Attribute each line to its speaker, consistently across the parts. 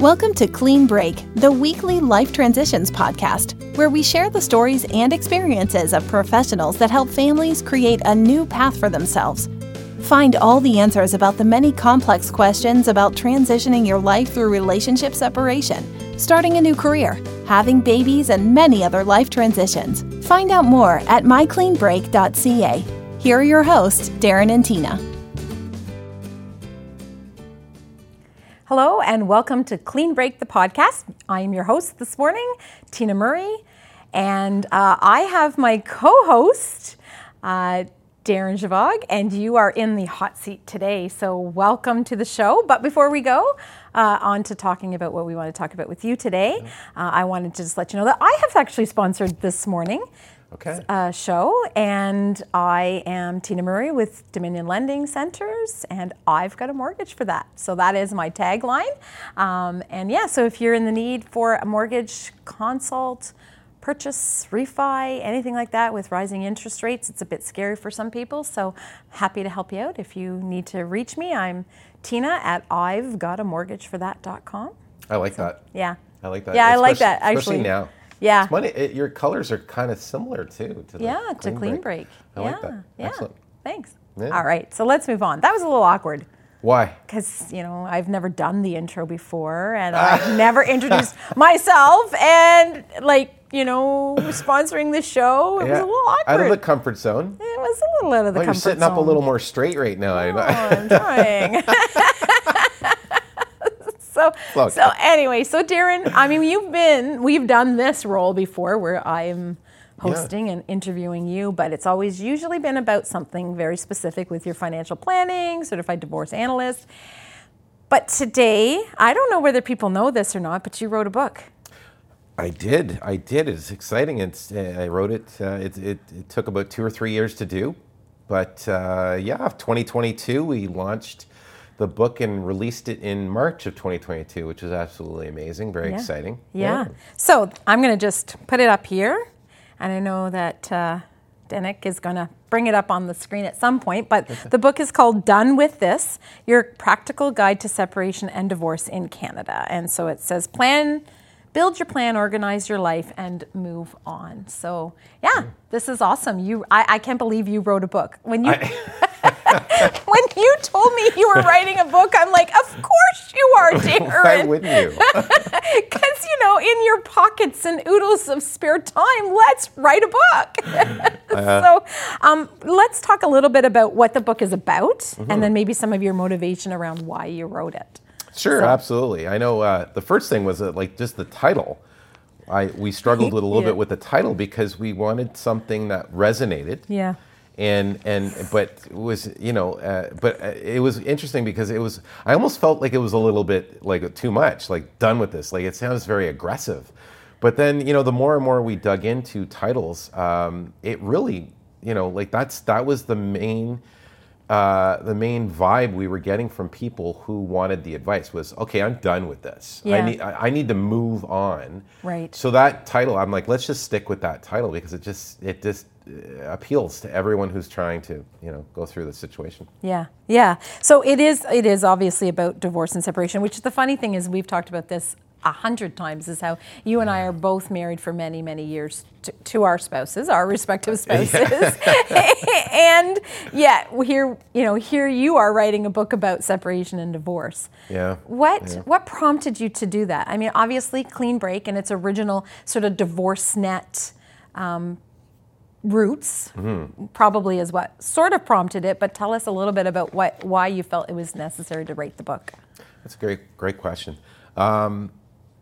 Speaker 1: Welcome to Clean Break, the weekly life transitions podcast, where we share the stories and experiences of professionals that help families create a new path for themselves. Find all the answers about the many complex questions about transitioning your life through relationship separation, starting a new career, having babies, and many other life transitions. Find out more at mycleanbreak.ca. Here are your hosts, Darren and Tina.
Speaker 2: Hello, and welcome to Clean Break the podcast. I am your host this morning, Tina Murray, and uh, I have my co host, uh, Darren Javag, and you are in the hot seat today. So, welcome to the show. But before we go, uh, on to talking about what we want to talk about with you today, uh, I wanted to just let you know that I have actually sponsored this morning
Speaker 3: Okay.
Speaker 2: uh, show, and I am Tina Murray with Dominion Lending Centers, and I've got a mortgage for that. So that is my tagline. Um, and yeah, so if you're in the need for a mortgage consult, purchase, refi, anything like that with rising interest rates, it's a bit scary for some people. So happy to help you out. If you need to reach me, I'm Tina at I've got a mortgage for that.com.
Speaker 3: I like that.
Speaker 2: Yeah.
Speaker 3: I like that.
Speaker 2: Yeah, I like
Speaker 3: especially-
Speaker 2: that,
Speaker 3: Especially
Speaker 2: actually.
Speaker 3: now.
Speaker 2: Yeah.
Speaker 3: It's funny. It, your colors are kind of similar too. To the
Speaker 2: Yeah, to clean break.
Speaker 3: I
Speaker 2: yeah.
Speaker 3: like that.
Speaker 2: Yeah.
Speaker 3: Excellent.
Speaker 2: Thanks.
Speaker 3: Yeah.
Speaker 2: All right. So let's move on. That was a little awkward
Speaker 3: Why?
Speaker 2: because, you know, I've never done the intro before and I've never introduced myself and, like, you know, sponsoring the show. It was a little
Speaker 3: Out of
Speaker 2: awkward.
Speaker 3: the comfort zone.
Speaker 2: it was a little out of the
Speaker 3: Well, you're
Speaker 2: comfort
Speaker 3: sitting up a
Speaker 2: zone.
Speaker 3: little more straight right now. I
Speaker 2: Oh,
Speaker 3: know.
Speaker 2: I'm trying. so,
Speaker 3: Look.
Speaker 2: so anyway, so Darren, I mean, you've been, we've done this role before where I'm hosting and interviewing you, but it's always usually been about something very specific with your financial planning, certified divorce analyst. But today, I don't know whether people know this or not, but you wrote a book.
Speaker 3: I did. I did. It's exciting. It's. Uh, I wrote it. Uh, it, it. It took about two or three years to do, but uh, yeah, 2022 we launched the book and released it in March of 2022, which is absolutely amazing. Very exciting.
Speaker 2: Yeah. So I'm going to just put it up here. And I know that uh, Denik is going to bring it up on the screen at some point. But the book is called Done With This Your Practical Guide to Separation and Divorce in Canada. And so it says, plan, build your plan, organize your life, and move on. So, yeah, this is awesome. You, I, I can't believe you wrote a book. When you. when you told me you were writing a book, I'm like, of course you are, Darren.
Speaker 3: Why wouldn't you?
Speaker 2: Because, you know, in your pockets and oodles of spare time, let's write a book. so um, let's talk a little bit about what the book is about and then maybe some of your motivation around why you wrote it.
Speaker 3: Sure, absolutely. I know uh, the first thing was that, like just the title. I we struggled with a little
Speaker 2: Yeah.
Speaker 3: bit with the title because we wanted something that resonated.
Speaker 2: Yeah.
Speaker 3: And and but was you know uh, but uh, it was interesting because it was I almost felt like it was a little bit like too much like done with this like it sounds very aggressive, but then you know the more and more we dug into titles, um, it really you know like that's that was the main uh, the main vibe we were getting from people who wanted the advice was, okay, I'm done with this.
Speaker 2: Yeah.
Speaker 3: I need I I need to move on.
Speaker 2: Right.
Speaker 3: So that title, I'm like, let's just stick with that title because it just it just uh, appeals to everyone who's trying to you know go through the situation.
Speaker 2: Yeah, yeah. So it is. It is obviously about divorce and separation. Which the funny thing is, we've talked about this a hundred times. Is how you and I are both married for many, many years to, to our spouses, our respective spouses, and yet here, you know, here you are writing a book about separation and divorce.
Speaker 3: Yeah.
Speaker 2: What what prompted you to do that? I mean, obviously, Clean Break and its original sort of divorce net um, roots
Speaker 3: Mm-hmm.
Speaker 2: probably is what sort of prompted it. But tell us a little bit about what why you felt it was necessary to write the book.
Speaker 3: That's a great, great question. Um,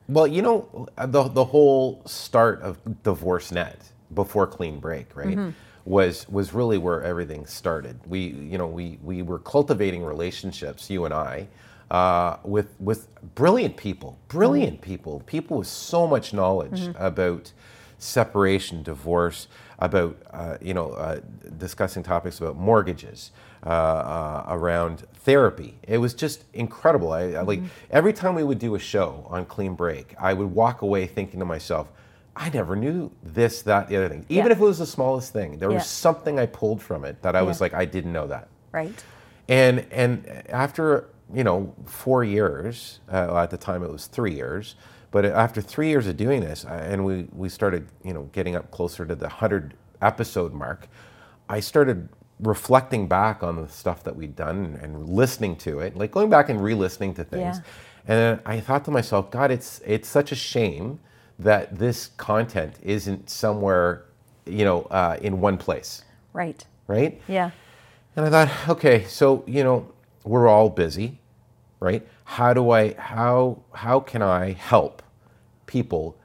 Speaker 3: well, you know, the, the whole start of Divorce Net before Clean Break, right, was was really where everything started. We, you know, we we were cultivating relationships, you and I, uh, with with brilliant people, brilliant people, people with so much knowledge about separation, divorce, about uh, you know uh, discussing topics about mortgages, uh, uh, around therapy. It was just incredible. I, I
Speaker 2: Mm-hmm.
Speaker 3: like every time we would do a show on Clean Break, I would walk away thinking to myself, I never knew this, that, the other thing. Even
Speaker 2: Yeah.
Speaker 3: if it was the smallest thing, there
Speaker 2: Yeah.
Speaker 3: was something I pulled from it that I was like, I didn't know that
Speaker 2: Right.
Speaker 3: and and after you know, four years. Uh, well, at the time, it was three years. But after three years of doing this, I, and we, we started, you know, getting up closer to the 100 episode mark, I started reflecting back on the stuff that we'd done and, and listening to it, like going back and re listening to things.
Speaker 2: Yeah.
Speaker 3: And I thought to myself, God, it's, it's such a shame that this content isn't somewhere, you know, uh, in one place,
Speaker 2: Right.
Speaker 3: right?
Speaker 2: Yeah.
Speaker 3: And I thought, okay, so you know, we're all busy, right? How do I how how can I help people,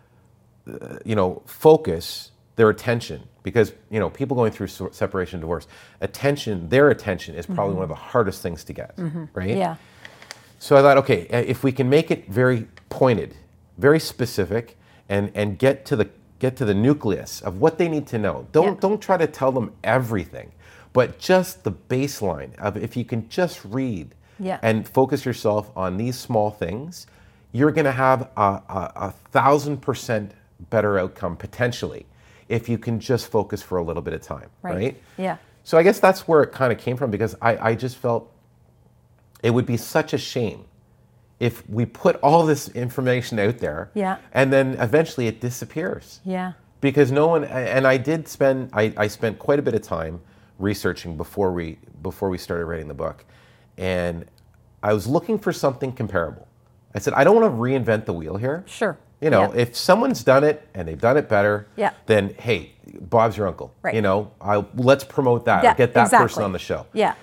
Speaker 3: uh, you know, focus their attention because you know people going through so- separation divorce, attention, their attention is probably one of the hardest things to get, right?
Speaker 2: Yeah.
Speaker 3: So I thought, okay, uh, if we can make it very pointed, very specific, and and get to the get to the nucleus of what they need to know. Don't
Speaker 2: Yeah.
Speaker 3: don't try to tell them everything, but just the baseline of if you can just read
Speaker 2: Yeah.
Speaker 3: and focus yourself on these small things, you're going to have a, a, a thousand percent better outcome potentially if you can just focus for a little bit of time,
Speaker 2: Right.
Speaker 3: right?
Speaker 2: Yeah.
Speaker 3: So I guess that's where it kind of came from because I, I just felt it would be such a shame if we put all this information out there
Speaker 2: Yeah.
Speaker 3: and then eventually it disappears
Speaker 2: Yeah.
Speaker 3: because no one and i did spend I, I spent quite a bit of time researching before we before we started writing the book and i was looking for something comparable i said i don't want to reinvent the wheel here
Speaker 2: Sure.
Speaker 3: you know
Speaker 2: Yeah.
Speaker 3: if someone's done it and they've done it better
Speaker 2: Yeah.
Speaker 3: then hey bob's your uncle
Speaker 2: Right.
Speaker 3: you know I, let's promote that
Speaker 2: Yeah,
Speaker 3: get that person
Speaker 2: exactly.
Speaker 3: on the show
Speaker 2: Yeah.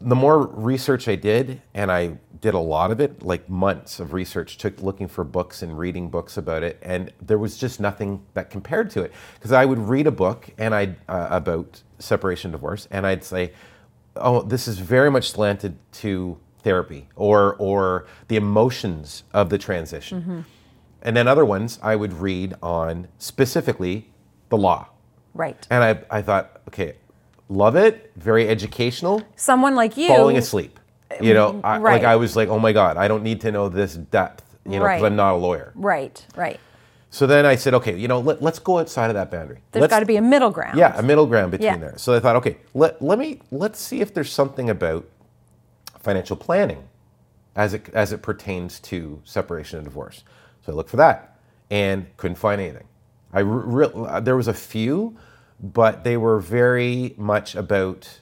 Speaker 3: the more research I did, and I did a lot of it, like months of research, took looking for books and reading books about it, and there was just nothing that compared to it. Because I would read a book and I uh, about separation divorce, and I'd say, "Oh, this is very much slanted to therapy or or the emotions of the transition." And then other ones I would read on specifically the law,
Speaker 2: Right.
Speaker 3: and I I thought, okay, love it, very educational
Speaker 2: Someone like you.
Speaker 3: falling asleep. You know, I,
Speaker 2: right.
Speaker 3: like I was like, oh my God, I don't need to know this depth, you know, because
Speaker 2: Right.
Speaker 3: I'm not a lawyer.
Speaker 2: Right. Right.
Speaker 3: So then I said, okay, you know, let, let's go outside of that boundary.
Speaker 2: There's
Speaker 3: Let's-
Speaker 2: got to be a middle ground.
Speaker 3: yeah, a middle ground between
Speaker 2: Yeah.
Speaker 3: there. So I thought, okay, let, let me let's see if there's something about financial planning as it as it pertains to separation and divorce. So I looked for that and couldn't find anything. I re- re- uh, there was a few, but they were very much about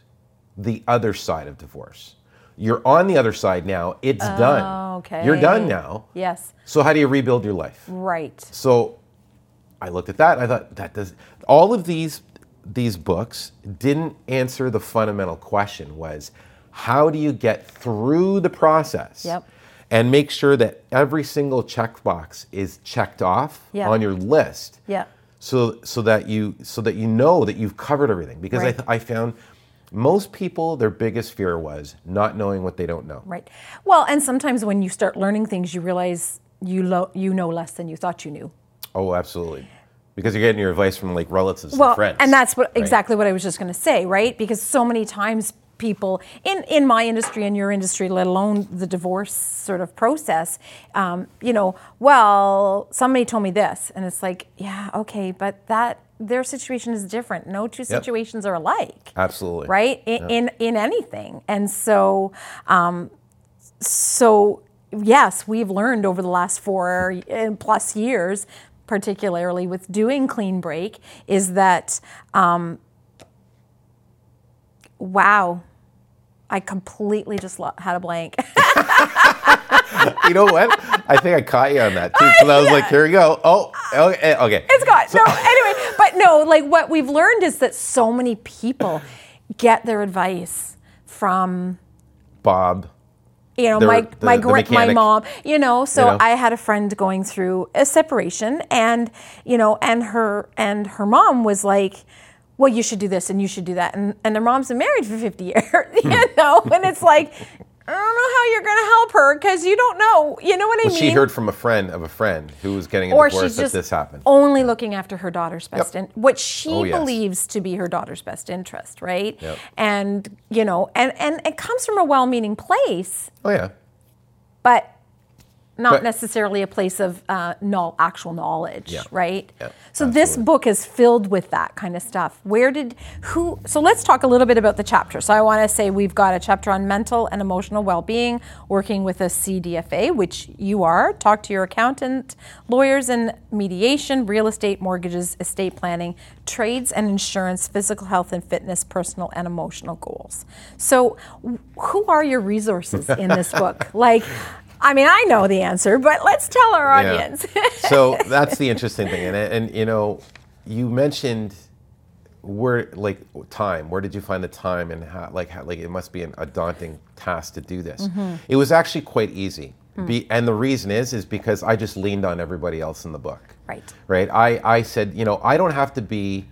Speaker 3: the other side of divorce. You're on the other side now. It's done.
Speaker 2: Oh, Okay.
Speaker 3: You're done now.
Speaker 2: Yes.
Speaker 3: So how do you rebuild your life?
Speaker 2: Right.
Speaker 3: So I looked at that. I thought that does all of these these books didn't answer the fundamental question was how do you get through the process
Speaker 2: Yep.
Speaker 3: and make sure that every single checkbox is checked off
Speaker 2: Yeah.
Speaker 3: on your list
Speaker 2: Yeah.
Speaker 3: so so that you so that you know that you've covered everything because I,
Speaker 2: Right.
Speaker 3: th- I found most people their biggest fear was not knowing what they don't know
Speaker 2: Right. Well, and sometimes when you start learning things, you realize you lo- you know less than you thought you knew.
Speaker 3: oh absolutely because you're getting your advice from like relatives
Speaker 2: well,
Speaker 3: and friends
Speaker 2: And that's what
Speaker 3: right?
Speaker 2: exactly what I was just going to say, right? Because so many times people in in my industry and your industry, let alone the divorce sort of process, um, you know, well, somebody told me this, and it's like, yeah, okay, but that their situation is different. No two situations are alike.
Speaker 3: absolutely
Speaker 2: Right in, in in anything, and so um, so yes, we've learned over the last four and plus years, particularly with doing Clean Break, is that um, wow, I completely just lo- had a blank.
Speaker 3: you know what? I think I caught you on that too. Because I was like, here we go. Oh, okay. okay.
Speaker 2: it's gone. no, anyway, but no, like what we've learned is that so many people get their advice from
Speaker 3: Bob.
Speaker 2: you know,
Speaker 3: They're-
Speaker 2: my
Speaker 3: the-
Speaker 2: my
Speaker 3: the
Speaker 2: gra- my
Speaker 3: mechanic.
Speaker 2: mom, you know. So
Speaker 3: You know?
Speaker 2: I had a friend going through a separation, and you know, and her and her mom was like, "Well, you should do this, and you should do that," and and their mom's been married for fifty years, you
Speaker 3: Hmm.
Speaker 2: know, and it's like. I don't know how you're going to help her because you don't know. You know what I mean?
Speaker 3: She heard from a friend of a friend who was getting a
Speaker 2: or
Speaker 3: divorce
Speaker 2: she's
Speaker 3: that
Speaker 2: just
Speaker 3: this happened.
Speaker 2: only looking after her daughter's best, in, what she
Speaker 3: Oh, yes.
Speaker 2: believes to be her daughter's best interest, right?
Speaker 3: Yep.
Speaker 2: And you know, and and it comes from a well-meaning place,
Speaker 3: Oh yeah.
Speaker 2: but not
Speaker 3: But-
Speaker 2: necessarily a place of uh, no, actual knowledge,
Speaker 3: Yeah.
Speaker 2: right?
Speaker 3: Yeah,
Speaker 2: so this
Speaker 3: absolutely.
Speaker 2: book is filled with that kind of stuff. Where did who? So let's talk a little bit about the chapter. So I want to say we've got a chapter on mental and emotional well-being, working with a CDFA, which you are. Talk to your accountant, lawyers, and mediation, real estate, mortgages, estate planning, trades and insurance, physical health and fitness, personal and emotional goals. So wh- who are your resources in this book? Like. I mean, I know the answer, but let's tell our
Speaker 3: Yeah.
Speaker 2: audience.
Speaker 3: so that's the interesting thing, and and you know, you mentioned where like time. Where did you find the time, and how like how, like it must be an, a daunting task to do this.
Speaker 2: Mm-hmm.
Speaker 3: It was actually quite easy,
Speaker 2: Mm.
Speaker 3: be, and the reason is is because I just leaned on everybody else in the book.
Speaker 2: Right.
Speaker 3: Right. I I said you know I don't have to be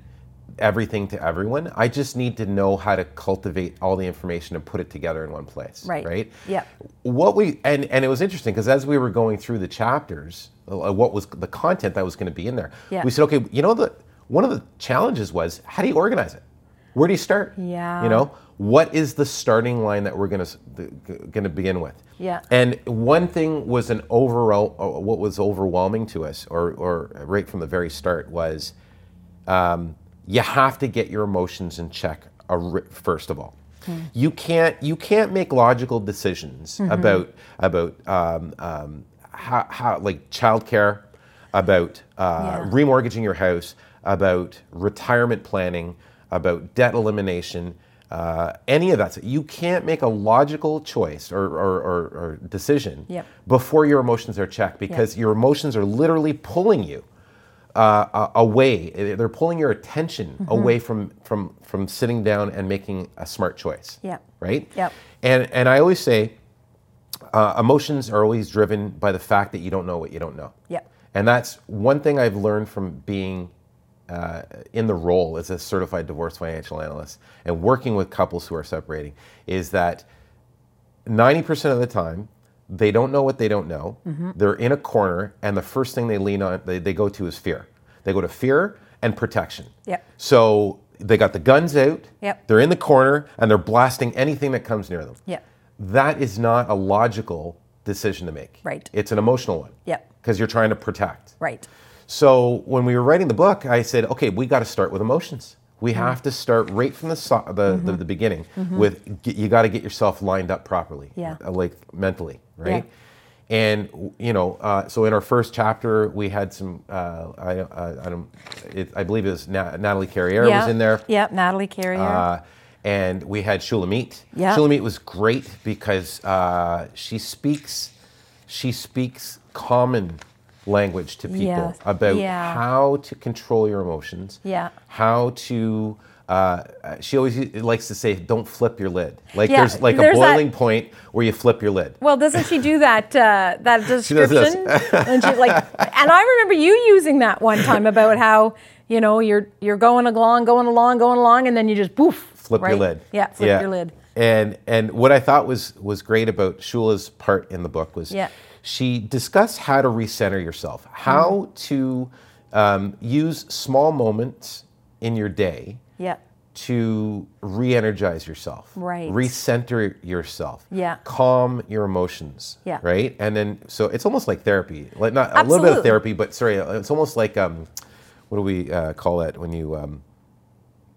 Speaker 3: everything to everyone. I just need to know how to cultivate all the information and put it together in one place.
Speaker 2: Right.
Speaker 3: Right
Speaker 2: Yep.
Speaker 3: what we and and it was interesting because as we were going through the chapters uh, what was the content that was going to be in there
Speaker 2: Yeah.
Speaker 3: we said okay you know the one of the challenges was how do you organize it where do you start
Speaker 2: Yeah.
Speaker 3: you know what is the starting line that we're going to going to begin with
Speaker 2: Yeah.
Speaker 3: and one thing was an overall uh, what was overwhelming to us or or right from the very start was you have to get your emotions in check a ri- first of all. You can't you can't make logical decisions
Speaker 2: Mm-hmm.
Speaker 3: about about um, um, how, how like childcare, about uh,
Speaker 2: Yeah.
Speaker 3: remortgaging your house, about retirement planning, about debt elimination. Uh, any of that, stuff. you can't make a logical choice or, or, or, or decision
Speaker 2: Yep.
Speaker 3: before your emotions are checked because your emotions are literally pulling you uh, away. They're pulling your attention away from from from sitting down and making a smart choice.
Speaker 2: Yep.
Speaker 3: Right.
Speaker 2: Yep.
Speaker 3: And and I always say, uh, emotions are always driven by the fact that you don't know what you don't know.
Speaker 2: Yep.
Speaker 3: And that's one thing I've learned from being uh, in the role as a certified divorce financial analyst and working with couples who are separating is that 90% of the time they don't know what they don't know
Speaker 2: Mm-hmm.
Speaker 3: they're in a corner and the first thing they lean on they, they go to is fear they go to fear and protection
Speaker 2: Yep.
Speaker 3: so they got the guns out
Speaker 2: Yep.
Speaker 3: they're in the corner and they're blasting anything that comes near them
Speaker 2: Yep.
Speaker 3: that is not a logical decision to make
Speaker 2: Right.
Speaker 3: it's an emotional one
Speaker 2: Yep.
Speaker 3: because you're trying to protect
Speaker 2: Right.
Speaker 3: so when we were writing the book, I said, okay, we got to start with emotions. We
Speaker 2: Mm-hmm.
Speaker 3: have to start right from the so- the, the, the beginning with get, you got to get yourself lined up properly,
Speaker 2: Yeah.
Speaker 3: uh, like mentally, right? And w- you know, uh, so in our first chapter, we had some. Uh, I, I, I don't. It, I believe it was Na- Natalie Carriere was in there.
Speaker 2: Yep. Natalie Carrier.
Speaker 3: Uh, and we had Shulamit.
Speaker 2: Yeah.
Speaker 3: Shulamit was great because uh, she speaks she speaks common language to people
Speaker 2: Yes.
Speaker 3: about
Speaker 2: Yeah.
Speaker 3: how to control your emotions.
Speaker 2: Yeah.
Speaker 3: How to uh, uh, she always u- likes to say, "Don't flip your lid." Like
Speaker 2: Yeah,
Speaker 3: there's like
Speaker 2: there's
Speaker 3: a
Speaker 2: that-
Speaker 3: boiling point where you flip your lid.
Speaker 2: well, doesn't she do that uh, that
Speaker 3: does this.
Speaker 2: description? and she like, and I remember you using that one time about how you know you're you're going along, going along, going along, and then you just poof,
Speaker 3: flip
Speaker 2: right?
Speaker 3: your lid.
Speaker 2: Yeah, flip your lid.
Speaker 3: And and what I thought was was great about Shula's part in the book was
Speaker 2: Yeah.
Speaker 3: she discussed how to recenter yourself, how
Speaker 2: Mm-hmm.
Speaker 3: to um, use small moments in your day
Speaker 2: Yeah.
Speaker 3: to re-energize yourself,
Speaker 2: Right.
Speaker 3: Recenter yourself,
Speaker 2: Yeah.
Speaker 3: Calm your emotions,
Speaker 2: Yeah.
Speaker 3: Right, and then so it's almost like therapy, like not a little bit
Speaker 2: Absolutely.
Speaker 3: of therapy, but sorry, it's almost like um, what do we uh, call that when you um,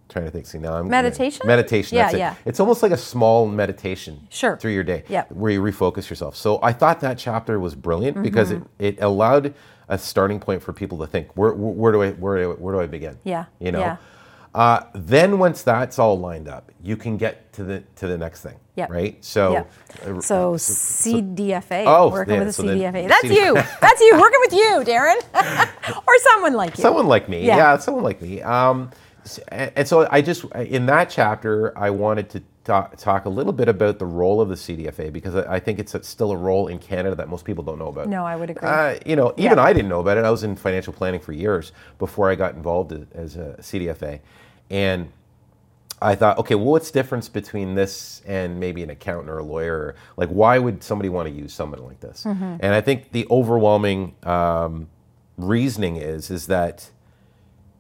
Speaker 3: trying to think? See now I'm
Speaker 2: Meditation?
Speaker 3: Meditation.
Speaker 2: Yeah,
Speaker 3: that's it.
Speaker 2: yeah.
Speaker 3: It's almost like a small meditation,
Speaker 2: Sure.
Speaker 3: through your day,
Speaker 2: Yep.
Speaker 3: where you refocus yourself. So I thought that chapter was brilliant because
Speaker 2: Mm-hmm.
Speaker 3: it, it allowed a starting point for people to think where, where do I where do I, where do I begin?
Speaker 2: Yeah,
Speaker 3: you know.
Speaker 2: yeah.
Speaker 3: Uh, then once that's all lined up, you can get to the to the next thing.
Speaker 2: Yep.
Speaker 3: Right. So.
Speaker 2: Yep.
Speaker 3: uh,
Speaker 2: So CDFA,
Speaker 3: Oh,
Speaker 2: working
Speaker 3: yeah,
Speaker 2: with a
Speaker 3: so then
Speaker 2: CDFA. That's
Speaker 3: CD
Speaker 2: you. That's you working with you, Darren, or someone like you.
Speaker 3: Someone like me.
Speaker 2: Yeah.
Speaker 3: Yeah, someone like me. Um, s- and, and so I just in that chapter I wanted to talk, talk a little bit about the role of the CDFA because I, I think it's a, still a role in Canada that most people don't know about.
Speaker 2: No, I would agree.
Speaker 3: Uh, you know, even
Speaker 2: Yeah.
Speaker 3: I didn't know about it. I was in financial planning for years before I got involved a- as a CDFA, and I thought, okay, well, what's the difference between this and maybe an accountant or a lawyer? Or, like, why would somebody want to use someone like this? And I think the overwhelming um, reasoning is is that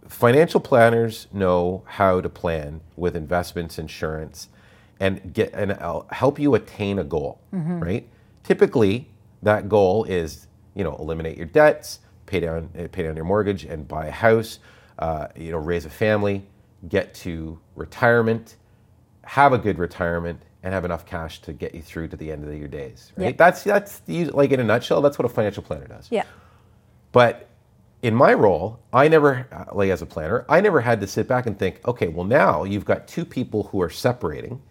Speaker 3: financial planners know how to plan with investments, insurance, and get and uh, help you attain a goal, right? Typically, that goal is you know eliminate your debts, pay down uh, pay down your mortgage, and buy a house. Uh, you know, raise a family, get to retirement, have a good retirement, and have enough cash to get you through to the end of your days. Right?
Speaker 2: Yep.
Speaker 3: That's that's the, like in a nutshell. That's what a financial planner does.
Speaker 2: Yeah.
Speaker 3: But in my role, I never, uh, like as a planner, I never had to sit back and think, okay, well, now you've got two people who are separating.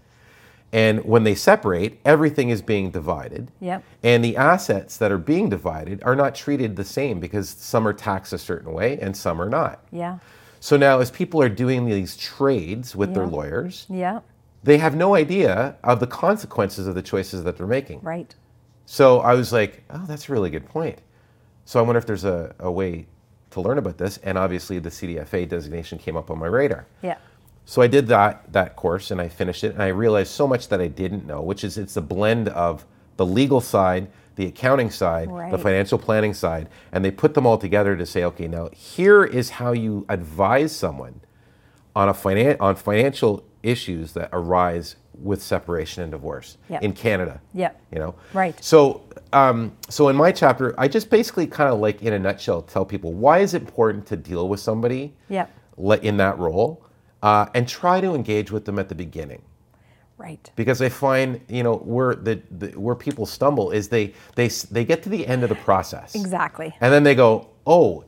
Speaker 3: And when they separate, everything is being divided.
Speaker 2: Yep.
Speaker 3: And the assets that are being divided are not treated the same because some are taxed a certain way and some are not.
Speaker 2: Yeah.
Speaker 3: So now, as people are doing these trades with their
Speaker 2: Yeah.
Speaker 3: lawyers,
Speaker 2: Yeah.
Speaker 3: they have no idea of the consequences of the choices that they're making.
Speaker 2: Right.
Speaker 3: So I was like, oh, that's a really good point. So I wonder if there's a, a way to learn about this. And obviously, the CDFA designation came up on my radar.
Speaker 2: Yeah.
Speaker 3: So I did that that course and I finished it and I realized so much that I didn't know, which is it's a blend of the legal side, the accounting side, the
Speaker 2: Right.
Speaker 3: financial planning side, and they put them all together to say, okay, now here is how you advise someone on a finan- on financial issues that arise with separation and divorce
Speaker 2: Yeah.
Speaker 3: in Canada.
Speaker 2: Yeah.
Speaker 3: You know.
Speaker 2: Right.
Speaker 3: So um, so in my chapter, I just basically kind of like in a nutshell tell people why is it important to deal with somebody
Speaker 2: Yeah.
Speaker 3: le- in that role uh, and try to engage with them at the beginning
Speaker 2: Right.
Speaker 3: because I find you know where the, the where people stumble is they they s- they get to the end of the process
Speaker 2: Exactly.
Speaker 3: and then they go oh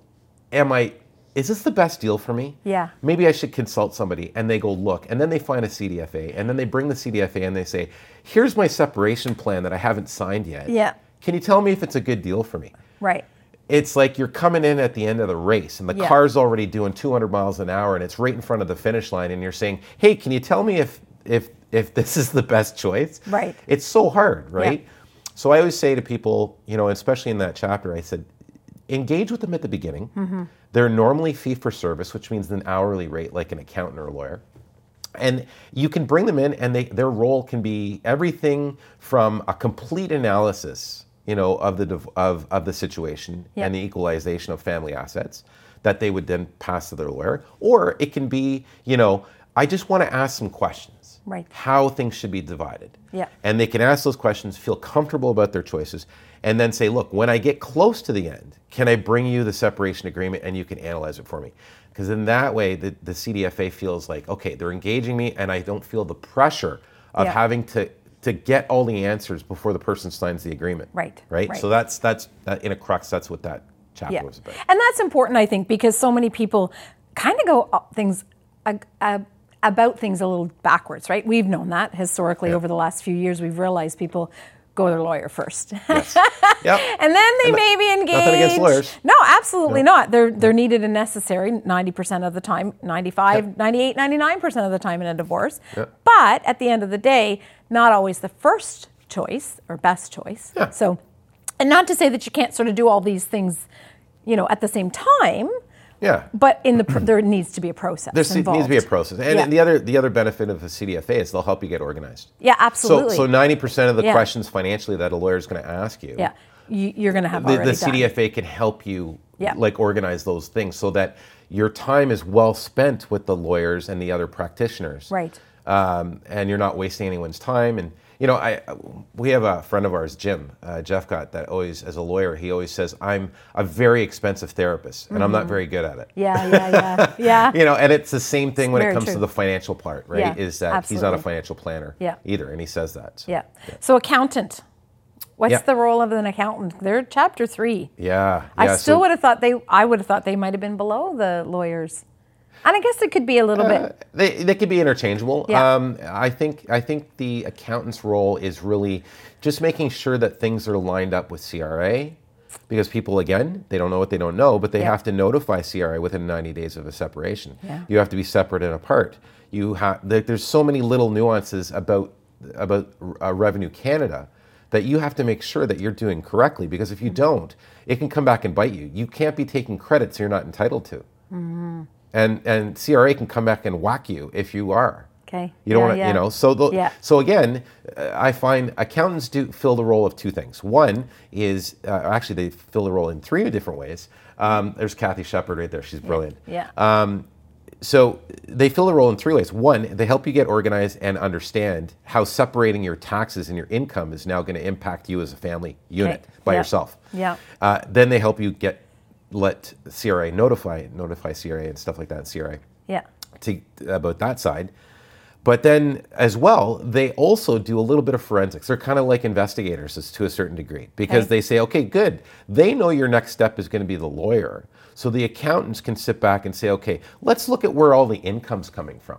Speaker 3: am I is this the best deal for me
Speaker 2: Yeah.
Speaker 3: maybe I should consult somebody and they go look and then they find a CDFA and then they bring the CDFA and they say here's my separation plan that I haven't signed yet
Speaker 2: Yeah.
Speaker 3: can you tell me if it's a good deal for me
Speaker 2: Right.
Speaker 3: it's like you're coming in at the end of the race and the
Speaker 2: Yeah.
Speaker 3: car's already doing 200 miles an hour and it's right in front of the finish line and you're saying hey can you tell me if if if this is the best choice
Speaker 2: Right.
Speaker 3: it's so hard right so i always say to people you know especially in that chapter i said engage with them at the beginning
Speaker 2: Mm-hmm.
Speaker 3: they're normally fee for service which means an hourly rate like an accountant or a lawyer and you can bring them in and they, their role can be everything from a complete analysis you know of the div- of, of the situation
Speaker 2: Yeah.
Speaker 3: and the equalization of family assets that they would then pass to their lawyer or it can be you know i just want to ask some questions
Speaker 2: Right.
Speaker 3: how things should be divided
Speaker 2: Yeah.
Speaker 3: and they can ask those questions feel comfortable about their choices and then say look when i get close to the end can i bring you the separation agreement and you can analyze it for me because in that way the, the cdfa feels like okay they're engaging me and i don't feel the pressure of
Speaker 2: Yeah.
Speaker 3: having to to get all the answers before the person signs the agreement
Speaker 2: Right,
Speaker 3: right,
Speaker 2: right.
Speaker 3: so that's that's that in a crux that's what that chapter was about
Speaker 2: And that's important, I think, because so many people kind of go up things uh, uh, about things a little backwards, right? We've known that historically
Speaker 3: Yeah.
Speaker 2: over the last few years. We've realized people go to their lawyer first.
Speaker 3: yes yep
Speaker 2: And then they
Speaker 3: And
Speaker 2: may be engaged.
Speaker 3: nothing against lawyers.
Speaker 2: No, absolutely not. They're they're needed and necessary 90% of the time, 95, 98, 99% of the time in a divorce.
Speaker 3: Yeah.
Speaker 2: But at the end of the day, not always the first choice or best choice.
Speaker 3: Yeah.
Speaker 2: So, and not to say that you can't sort of do all these things, you know, at the same time,
Speaker 3: yeah
Speaker 2: but in the pr- there needs to be a process
Speaker 3: there se- needs
Speaker 2: involved.
Speaker 3: to be a process and,
Speaker 2: Yeah.
Speaker 3: and the other the other benefit of the cdfa is they'll help you get organized
Speaker 2: Yeah,
Speaker 3: So,
Speaker 2: absolutely.
Speaker 3: so 90% of the
Speaker 2: Yeah.
Speaker 3: questions financially that a lawyer is going to ask you,
Speaker 2: yeah. You, you're going to have
Speaker 3: the, the
Speaker 2: already done.
Speaker 3: CDFA can help you
Speaker 2: Yeah.
Speaker 3: like organize those things so that your time is well spent with the lawyers and the other practitioners.
Speaker 2: Right.
Speaker 3: Um, and you're not wasting anyone's time. And, you know, I, we have a friend of ours, Jim uh, Jeffcott, that always, as a lawyer, he always says, I'm a very expensive therapist and I'm not very good at it
Speaker 2: Mm-hmm. Yeah, yeah, yeah. Yeah.
Speaker 3: you know, and it's the same thing when it
Speaker 2: Very
Speaker 3: comes to
Speaker 2: true.
Speaker 3: the financial part, right?
Speaker 2: Yeah,
Speaker 3: is that he's not a
Speaker 2: absolutely.
Speaker 3: financial planner
Speaker 2: Yeah.
Speaker 3: either, and he says that. so.
Speaker 2: Yeah. So accountant. What's
Speaker 3: Yeah.
Speaker 2: the role of an accountant? They're chapter three.
Speaker 3: Yeah.
Speaker 2: I
Speaker 3: yeah,
Speaker 2: still
Speaker 3: so-
Speaker 2: would have thought they. I would have thought they might have been below the lawyers, and I guess it could be a
Speaker 3: Uh,
Speaker 2: little bit.
Speaker 3: They, they could be interchangeable.
Speaker 2: Yeah.
Speaker 3: Um, I think I think the accountant's role is really just making sure that things are lined up with CRA, because people again they don't know what they don't know, but they
Speaker 2: Yeah.
Speaker 3: have to notify CRA within 90 days of a separation.
Speaker 2: Yeah.
Speaker 3: You have to be separate and apart. You have there, there's so many little nuances about about uh, Revenue Canada that you have to make sure that you're doing correctly because if you don't, it can come back and bite you. You can't be taking credits you're not entitled to and and CRA can come back and whack you if you are.
Speaker 2: Okay.
Speaker 3: You don't
Speaker 2: Yeah,
Speaker 3: want to,
Speaker 2: yeah.
Speaker 3: you know. So the,
Speaker 2: Yeah.
Speaker 3: so again, uh, I find accountants do fill the role of two things. One is uh, actually they fill the role in three different ways. Um, there's Kathy Shepard right there. She's brilliant.
Speaker 2: Yeah.
Speaker 3: Um, So they fill the role in three ways. One, they help you get organized and understand how separating your taxes and your income is now going to impact you as a family unit
Speaker 2: Right.
Speaker 3: by
Speaker 2: Yeah.
Speaker 3: yourself.
Speaker 2: Yeah.
Speaker 3: Uh, then they help you get let CRA notify notify CRA and stuff like that in CRA
Speaker 2: Yeah.
Speaker 3: to about that side. But then, as well, they also do a little bit of forensics. They're kind of like investigators as- to a certain degree because
Speaker 2: Okay.
Speaker 3: they say, okay, good. They know your next step is going to be the lawyer. So the accountants can sit back and say, okay, let's look at where all the income's coming from.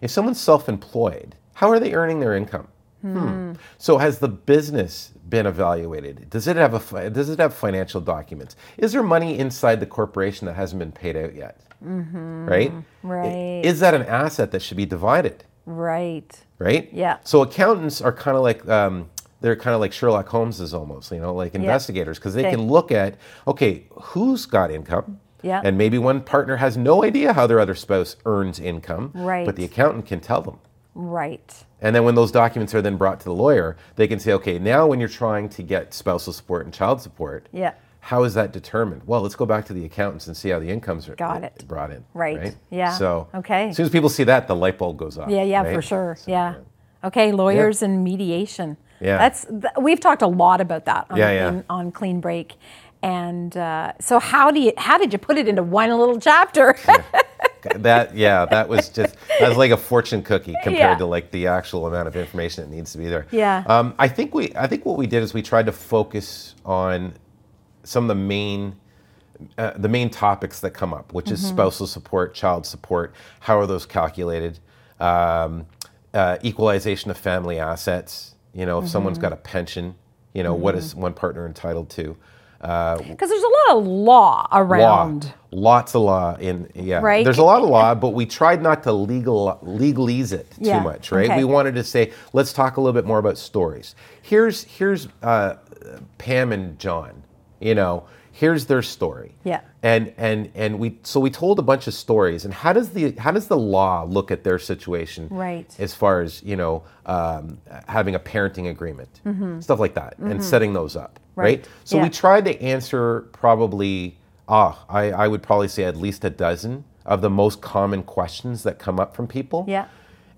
Speaker 3: If someone's self employed, how are they earning their income? Hmm. So has the business been evaluated? Does it have a fi- does it have financial documents? Is there money inside the corporation that hasn't been paid out yet? Right?
Speaker 2: Right.
Speaker 3: Is that an asset that should be divided?
Speaker 2: Right.
Speaker 3: Right?
Speaker 2: Yeah.
Speaker 3: So accountants are kind of like um, they're kind of like Sherlock Holmeses almost, you know, like investigators because they
Speaker 2: Okay.
Speaker 3: can look at okay, who's got income?
Speaker 2: Yeah.
Speaker 3: And maybe one partner has no idea how their other spouse earns income,
Speaker 2: Right.
Speaker 3: but the accountant can tell them.
Speaker 2: Right.
Speaker 3: And then when those documents are then brought to the lawyer, they can say, okay, now when you're trying to get spousal support and child support,
Speaker 2: Yeah.
Speaker 3: how is that determined? Well, let's go back to the accountants and see how the incomes are
Speaker 2: Got it.
Speaker 3: brought in.
Speaker 2: Right. Yeah.
Speaker 3: So
Speaker 2: Okay.
Speaker 3: As soon as people see that, the light bulb goes off.
Speaker 2: Yeah, yeah,
Speaker 3: right?
Speaker 2: for sure.
Speaker 3: So,
Speaker 2: yeah. Okay, lawyers and mediation.
Speaker 3: Yeah.
Speaker 2: That's th- we've talked a lot about that on,
Speaker 3: Yeah, yeah.
Speaker 2: in- on Clean Break. And uh, so how do you how did you put it into one little chapter?
Speaker 3: That yeah, that was just that was like a fortune cookie compared
Speaker 2: Yeah.
Speaker 3: to like the actual amount of information that needs to be there.
Speaker 2: Yeah.
Speaker 3: Um, I think we I think what we did is we tried to focus on some of the main uh, the main topics that come up, which is
Speaker 2: Mm-hmm.
Speaker 3: spousal support, child support. How are those calculated? Um, uh, equalization of family assets. You know, if someone's
Speaker 2: Mm-hmm.
Speaker 3: got a pension, you know, what is one partner entitled to?
Speaker 2: Because there's a lot of law around.
Speaker 3: Law, lots of law in yeah.
Speaker 2: Right?
Speaker 3: There's a lot of law, but we tried not to legal legalize it too
Speaker 2: Yeah,
Speaker 3: much, right?
Speaker 2: okay.
Speaker 3: We wanted to say let's talk a little bit more about stories. Here's here's uh, Pam and John. You know, here's their story.
Speaker 2: Yeah.
Speaker 3: And and and we so we told a bunch of stories. And how does the how does the law look at their situation?
Speaker 2: Right.
Speaker 3: As far as you know, um, having a parenting agreement, stuff like that, and setting those up. Right.
Speaker 2: Mm-hmm. Right.
Speaker 3: So
Speaker 2: Yeah.
Speaker 3: we tried to answer probably, ah, I, I would probably say at least a dozen of the most common questions that come up from people.
Speaker 2: Yeah.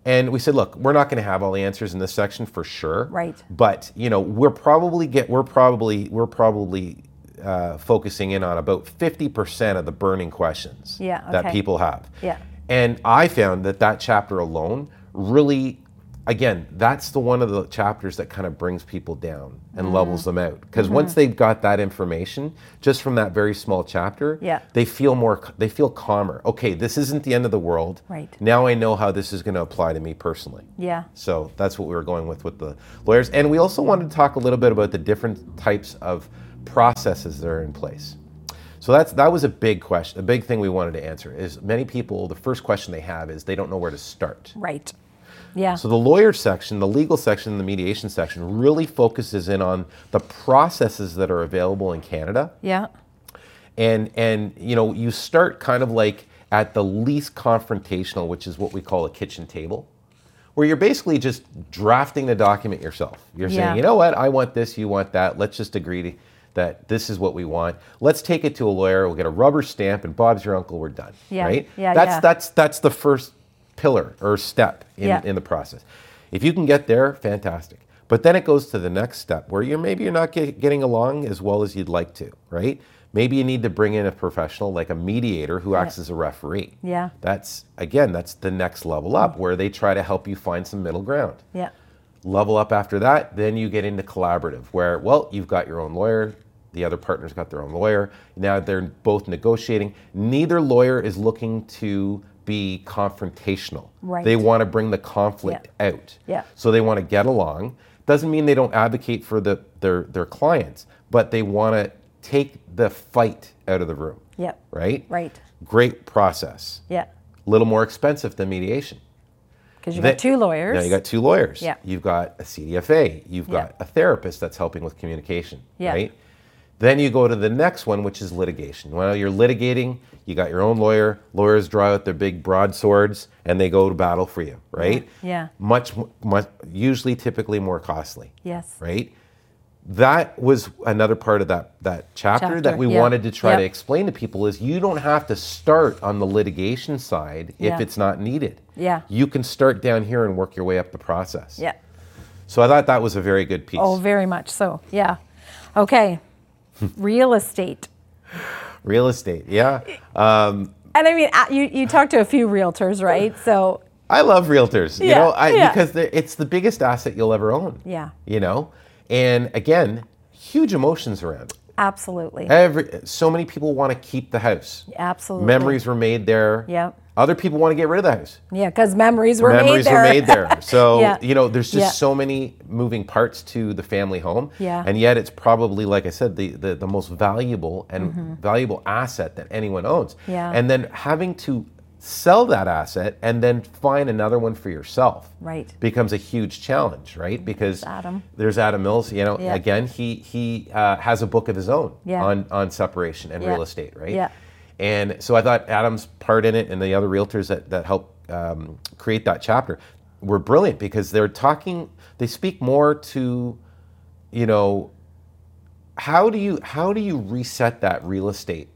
Speaker 3: And we said, look, we're not going to have all the answers in this section for sure.
Speaker 2: Right.
Speaker 3: But you know, we're probably get we're probably we're probably uh, focusing in on about fifty percent of the burning questions
Speaker 2: Yeah,
Speaker 3: that
Speaker 2: okay.
Speaker 3: people have.
Speaker 2: Yeah.
Speaker 3: And I found that that chapter alone really, again, that's the one of the chapters that kind of brings people down and
Speaker 2: Mm-hmm.
Speaker 3: levels them out. Because once they've got that information, just from that very small chapter,
Speaker 2: Yeah.
Speaker 3: they feel more, c- they feel calmer. Okay, this isn't the end of the world.
Speaker 2: Right.
Speaker 3: Now I know how this is going to apply to me personally.
Speaker 2: Yeah.
Speaker 3: So that's what we were going with with the lawyers. And we also wanted to talk a little bit about the different types of processes that are in place. So that's that was a big question, a big thing we wanted to answer is many people the first question they have is they don't know where to start.
Speaker 2: Right. Yeah.
Speaker 3: So the lawyer section, the legal section, and the mediation section really focuses in on the processes that are available in Canada
Speaker 2: yeah.
Speaker 3: and and you know you start kind of like at the least confrontational which is what we call a kitchen table where you're basically just drafting the document yourself you're
Speaker 2: Yeah.
Speaker 3: saying you know what i want this you want that let's just agree to- that this is what we want let's take it to a lawyer we'll get a rubber stamp and bob's your uncle we're done
Speaker 2: Yeah.
Speaker 3: right
Speaker 2: Yeah,
Speaker 3: that's
Speaker 2: yeah.
Speaker 3: that's that's the first pillar or step in,
Speaker 2: Yeah.
Speaker 3: in the process if you can get there fantastic but then it goes to the next step where you're maybe you're not get, getting along as well as you'd like to right maybe you need to bring in a professional like a mediator who acts as a referee
Speaker 2: Yeah.
Speaker 3: that's again that's the next level up where they try to help you find some middle ground
Speaker 2: Yeah.
Speaker 3: level up after that then you get into collaborative where well you've got your own lawyer the other partner's got their own lawyer now they're both negotiating neither lawyer is looking to be confrontational
Speaker 2: Right.
Speaker 3: they want to bring the conflict out
Speaker 2: Yeah.
Speaker 3: so they want to get along doesn't mean they don't advocate for the, their, their clients but they want to take the fight out of the room
Speaker 2: Yeah.
Speaker 3: right
Speaker 2: Right.
Speaker 3: great process
Speaker 2: Yeah.
Speaker 3: a little more expensive than mediation
Speaker 2: Because you
Speaker 3: They-
Speaker 2: got two lawyers.
Speaker 3: now you got two lawyers.
Speaker 2: Yeah.
Speaker 3: You've got a CDFA. You've
Speaker 2: Yeah.
Speaker 3: got a therapist that's helping with communication.
Speaker 2: Yeah.
Speaker 3: Right. Then you go to the next one, which is litigation. Well, you're litigating. You got your own lawyer. Lawyers draw out their big broadswords and they go to battle for you. Right.
Speaker 2: Yeah.
Speaker 3: Much, much, usually, typically more costly.
Speaker 2: yes.
Speaker 3: Right. that was another part of that, that chapter,
Speaker 2: Chapter,
Speaker 3: that we
Speaker 2: yeah.
Speaker 3: wanted to try to
Speaker 2: Yep.
Speaker 3: explain to people is you don't have to start on the litigation side
Speaker 2: Yeah.
Speaker 3: if it's not needed.
Speaker 2: Yeah.
Speaker 3: You can start down here and work your way up the process.
Speaker 2: Yeah.
Speaker 3: So I thought that was a very good piece.
Speaker 2: Oh, very much so. Yeah. Okay. Real estate.
Speaker 3: Real estate, yeah.
Speaker 2: And I mean, uh, you, you talked to a few realtors, right? So,
Speaker 3: I love realtors, you
Speaker 2: Yeah,
Speaker 3: know, I,
Speaker 2: yeah.
Speaker 3: because they're- it's the biggest asset you'll ever own.
Speaker 2: Yeah.
Speaker 3: You know, and again, huge emotions around it.
Speaker 2: absolutely.
Speaker 3: Every so many people want to keep the house.
Speaker 2: Absolutely.
Speaker 3: Memories were made there.
Speaker 2: Yep.
Speaker 3: Other people want to get rid of the house.
Speaker 2: Yeah, because memories were
Speaker 3: Memories
Speaker 2: made there.
Speaker 3: were made there. So,
Speaker 2: Yeah.
Speaker 3: you know, there's just
Speaker 2: Yeah.
Speaker 3: so many moving parts to the family home.
Speaker 2: Yeah.
Speaker 3: And yet it's probably, like I said, the, the, the most valuable and valuable asset that anyone owns.
Speaker 2: Yeah.
Speaker 3: And then having to sell that asset and then find another one for yourself
Speaker 2: Right.
Speaker 3: becomes a huge challenge, right? Because
Speaker 2: Adam.
Speaker 3: there's Adam Mills, you know,
Speaker 2: Yeah.
Speaker 3: again, he, he uh, has a book of his own
Speaker 2: Yeah.
Speaker 3: on, on separation and
Speaker 2: Yeah.
Speaker 3: real estate, right?
Speaker 2: Yeah.
Speaker 3: And so I thought Adam's part in it and the other realtors that, that helped um, create that chapter were brilliant because they're talking, they speak more to, you know, how do you how do you reset that real estate,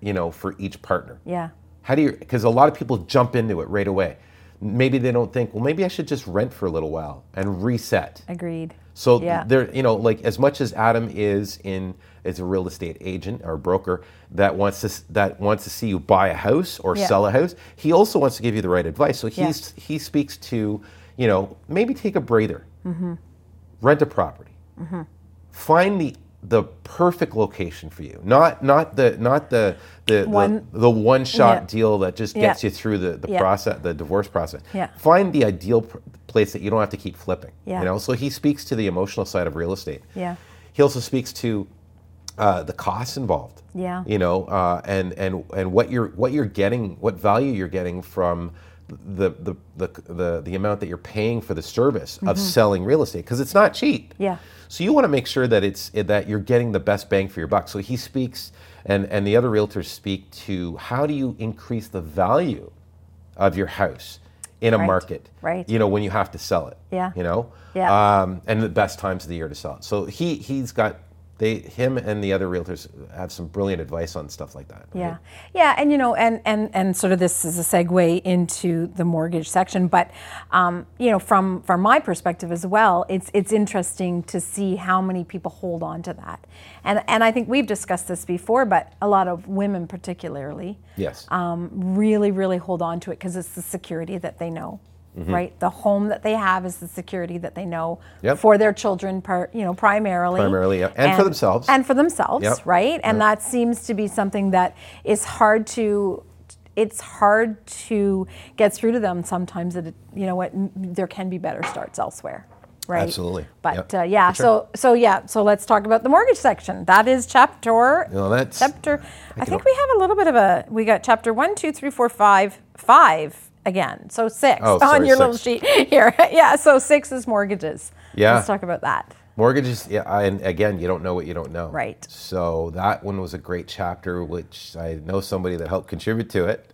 Speaker 3: you know, for each partner?
Speaker 2: Yeah.
Speaker 3: How do you? Because a lot of people jump into it right away. Maybe they don't think, well, maybe I should just rent for a little while and reset.
Speaker 2: Agreed.
Speaker 3: So
Speaker 2: Yeah.
Speaker 3: there, you know, like as much as Adam is in is a real estate agent or broker that wants to s- that wants to see you buy a house or
Speaker 2: Yeah.
Speaker 3: sell a house, he also wants to give you the right advice. So
Speaker 2: Yeah.
Speaker 3: he's he speaks to, you know, maybe take a breather,
Speaker 2: Mm-hmm.
Speaker 3: rent a property, find the the perfect location for you. Not not the not the the
Speaker 2: One-
Speaker 3: the, the one shot
Speaker 2: Yeah.
Speaker 3: deal that just
Speaker 2: Yeah.
Speaker 3: gets you through the the
Speaker 2: Yeah.
Speaker 3: process, the divorce process.
Speaker 2: Yeah.
Speaker 3: Find the ideal pr- place that you don't have to keep flipping.
Speaker 2: Yeah.
Speaker 3: You know, so he speaks to the emotional side of real estate.
Speaker 2: Yeah.
Speaker 3: He also speaks to uh, the costs involved.
Speaker 2: Yeah.
Speaker 3: You know, uh, and and and what you're what you're getting, what value you're getting from the the the the, the amount that you're paying for the service
Speaker 2: Mm-hmm.
Speaker 3: of selling real estate because it's not cheap.
Speaker 2: Yeah.
Speaker 3: So you want to make sure that it's that you're getting the best bang for your buck. So he speaks, and and the other realtors speak to how do you increase the value of your house in a
Speaker 2: Right.
Speaker 3: market.
Speaker 2: Right.
Speaker 3: You know when you have to sell it.
Speaker 2: Yeah.
Speaker 3: You know.
Speaker 2: Yeah.
Speaker 3: Um, and the best times of the year to sell it. So he he's got they him and the other realtors have some brilliant advice on stuff like that.
Speaker 2: Yeah,
Speaker 3: right?
Speaker 2: yeah, and you know, and and and sort of this is a segue into the mortgage section, but um, you know, from from my perspective as well, it's it's interesting to see how many people hold on to that, and and I think we've discussed this before, but a lot of women particularly
Speaker 3: Yes.
Speaker 2: um, really really hold on to it because it's the security that they know.
Speaker 3: Mm-hmm.
Speaker 2: Right, the home that they have is the security that they know
Speaker 3: Yep.
Speaker 2: for their children, par, you know, primarily.
Speaker 3: Primarily, yep. And for themselves.
Speaker 2: And for themselves,
Speaker 3: Yep.
Speaker 2: right? And that seems to be something that is hard to it's hard to get through to them sometimes that it, you know what m- there can be better starts elsewhere right
Speaker 3: Absolutely.
Speaker 2: but
Speaker 3: Yep.
Speaker 2: uh, yeah
Speaker 3: For
Speaker 2: so so yeah so let's talk about the mortgage section that is chapter
Speaker 3: Well, that's-
Speaker 2: chapter i,
Speaker 3: I
Speaker 2: think
Speaker 3: can-
Speaker 2: we have a little bit of a we got chapter one two three four five five again so six
Speaker 3: Oh,
Speaker 2: on
Speaker 3: sorry,
Speaker 2: your
Speaker 3: six.
Speaker 2: little sheet here yeah so six is mortgages
Speaker 3: Yeah.
Speaker 2: let's talk about that
Speaker 3: Mortgages, yeah, I- and again, you don't know what you don't know.
Speaker 2: Right.
Speaker 3: So that one was a great chapter, which I know somebody that helped contribute to it.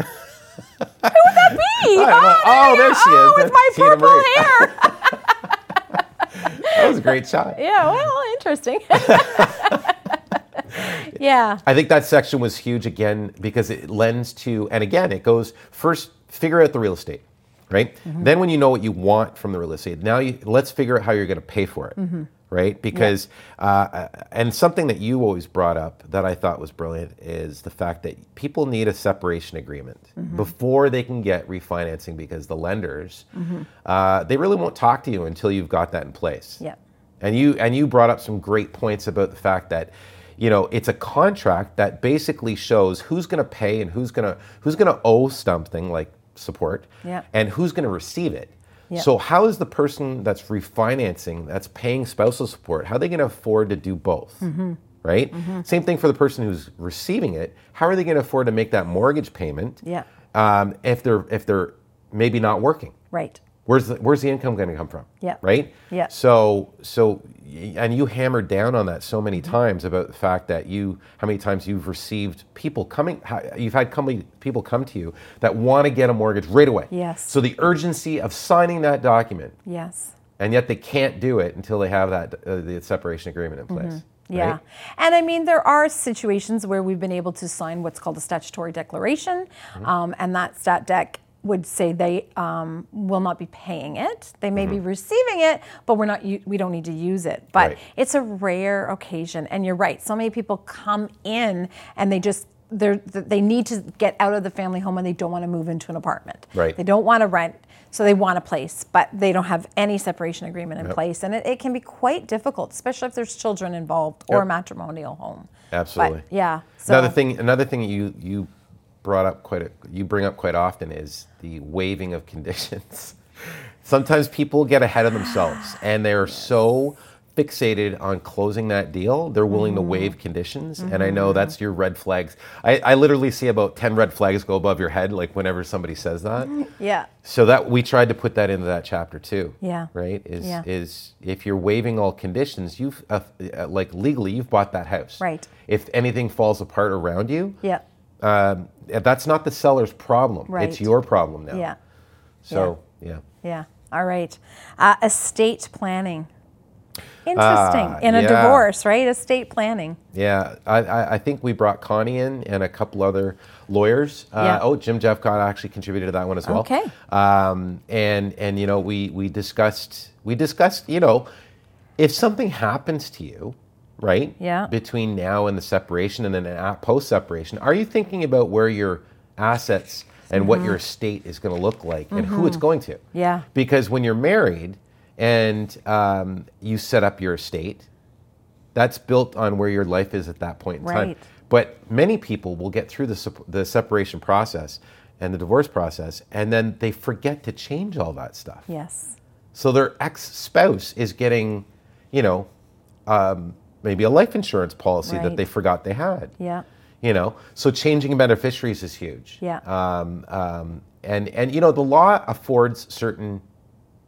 Speaker 2: Hey,
Speaker 3: I know.
Speaker 2: oh,
Speaker 3: Oh, there she
Speaker 2: oh,
Speaker 3: is.
Speaker 2: with
Speaker 3: That's
Speaker 2: my
Speaker 3: Tina
Speaker 2: purple
Speaker 3: Marie.
Speaker 2: hair
Speaker 3: That was a great shot.
Speaker 2: Yeah, well, interesting. yeah,
Speaker 3: I think that section was huge again because it lends to, and again, it goes first figure out the real estate, right? Then when you know what you want from the real estate, now you, let's figure out how you're going to pay for it, right? Because uh, and something that you always brought up that I thought was brilliant is the fact that people need a separation agreement before they can get refinancing because the lenders uh, they really won't talk to you until you've got that in place.
Speaker 2: yeah,
Speaker 3: And you and you brought up some great points about the fact that you know it's a contract that basically shows who's going to pay and who's going to who's going to owe something like support
Speaker 2: Yeah.
Speaker 3: and who's going to receive it.
Speaker 2: Yeah.
Speaker 3: So how is the person that's refinancing that's paying spousal support how are they going to afford to do both?
Speaker 2: Mm-hmm.
Speaker 3: Right? Same thing for the person who's receiving it. How are they going to afford to make that mortgage payment?
Speaker 2: Yeah.
Speaker 3: Um, if they're if they're maybe not working.
Speaker 2: right.
Speaker 3: Where's the, where's the income going to come from?
Speaker 2: Yeah.
Speaker 3: Right.
Speaker 2: Yeah.
Speaker 3: So so y- and you hammered down on that so
Speaker 2: Mm-hmm.
Speaker 3: many times about the fact that you how many times you've received people coming how- you've had come, people come to you that want to get a mortgage right away.
Speaker 2: Yes.
Speaker 3: So the urgency of signing that document
Speaker 2: Yes,
Speaker 3: and yet they can't do it until they have that uh, the separation agreement in place.
Speaker 2: Mm-hmm. Yeah.
Speaker 3: right?
Speaker 2: And I mean, there are situations where we've been able to sign what's called a statutory declaration,
Speaker 3: Mm-hmm.
Speaker 2: um, and that stat deck would say they um, will not be paying it. They may be receiving it, but we're not. u- We don't need to use it. But
Speaker 3: Mm-hmm. Right.
Speaker 2: it's a rare occasion, and you're right. So many people come in and they just. They're, th- they need to get out of the family home and they don't want to move into an apartment.
Speaker 3: Right.
Speaker 2: They don't want to rent, so they want a place, but they don't have any separation agreement in place. And it, it can be quite difficult, especially if there's children involved or a
Speaker 3: Yep.
Speaker 2: matrimonial home.
Speaker 3: Absolutely.
Speaker 2: But, yeah.
Speaker 3: Another
Speaker 2: so-
Speaker 3: thing, another thing you you brought up quite a, you bring up quite often is the waiving of conditions. Sometimes people get ahead of themselves and they're so fixated on closing that deal, they're willing to waive conditions. And I know that's your red flags. I, I literally see about 10 red flags go above your head, like whenever somebody says that.
Speaker 2: Yeah.
Speaker 3: So that we tried to put that into that chapter too.
Speaker 2: Yeah.
Speaker 3: Right. Is
Speaker 2: Yeah.
Speaker 3: is if you're waiving all conditions, you've uh, uh, like legally you've bought that house.
Speaker 2: Right.
Speaker 3: If anything falls apart around you,
Speaker 2: Yeah.
Speaker 3: um, that's not the seller's problem.
Speaker 2: Right.
Speaker 3: It's your problem now.
Speaker 2: Yeah.
Speaker 3: So yeah.
Speaker 2: Yeah. All right. Uh, estate planning. Interesting.
Speaker 3: Ah,
Speaker 2: in a
Speaker 3: yeah.
Speaker 2: divorce, right? Estate planning.
Speaker 3: Yeah, I, I, I think we brought Connie in and a couple other lawyers. Uh,
Speaker 2: Yeah.
Speaker 3: Oh, Jim Jeffcott actually contributed to that one as well.
Speaker 2: Okay.
Speaker 3: Um, and and you know we we discussed we discussed you know if something happens to you, right?
Speaker 2: Yeah.
Speaker 3: Between now and the separation and then a- post separation, are you thinking about where your assets and what your estate is going to look like and who it's going to?
Speaker 2: Mm-hmm. Yeah.
Speaker 3: Because when you're married and um, you set up your estate, that's built on where your life is at that point in time.
Speaker 2: Right.
Speaker 3: But many people will get through the, sep- the separation process and the divorce process, and then they forget to change all that stuff.
Speaker 2: Yes.
Speaker 3: So their ex spouse is getting, you know, um, maybe a life insurance policy that
Speaker 2: Right.
Speaker 3: they forgot they had.
Speaker 2: Yeah.
Speaker 3: You know, so changing beneficiaries is huge.
Speaker 2: Yeah.
Speaker 3: Um, um, and and you know the law affords certain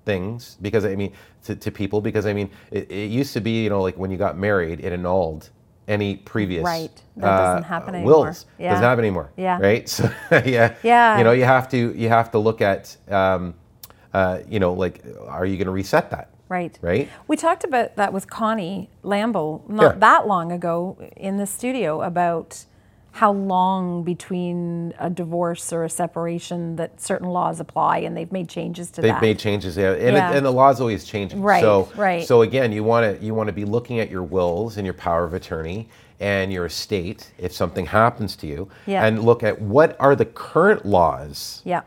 Speaker 3: things because I mean to, to people because I mean it, it used to be you know like when you got married it annulled any previous uh,
Speaker 2: Right. That doesn't happen anymore.
Speaker 3: wills
Speaker 2: Yeah.
Speaker 3: doesn't happen anymore
Speaker 2: Yeah.
Speaker 3: right so yeah
Speaker 2: Yeah.
Speaker 3: you know you have to you have to look at um, uh, you know like are you going to reset that
Speaker 2: Right.
Speaker 3: right
Speaker 2: We talked about that with Connie Lambo not
Speaker 3: Yeah.
Speaker 2: that long ago in the studio about how long between a divorce or a separation that certain laws apply and they've made changes to
Speaker 3: They've
Speaker 2: that.
Speaker 3: made changes, yeah, and,
Speaker 2: Yeah.
Speaker 3: It, and the law's always changing.
Speaker 2: Right,
Speaker 3: So,
Speaker 2: right.
Speaker 3: So again, you want to you want to be looking at your wills and your power of attorney and your estate if something happens to you,
Speaker 2: Yeah.
Speaker 3: and look at what are the current laws,
Speaker 2: yeah.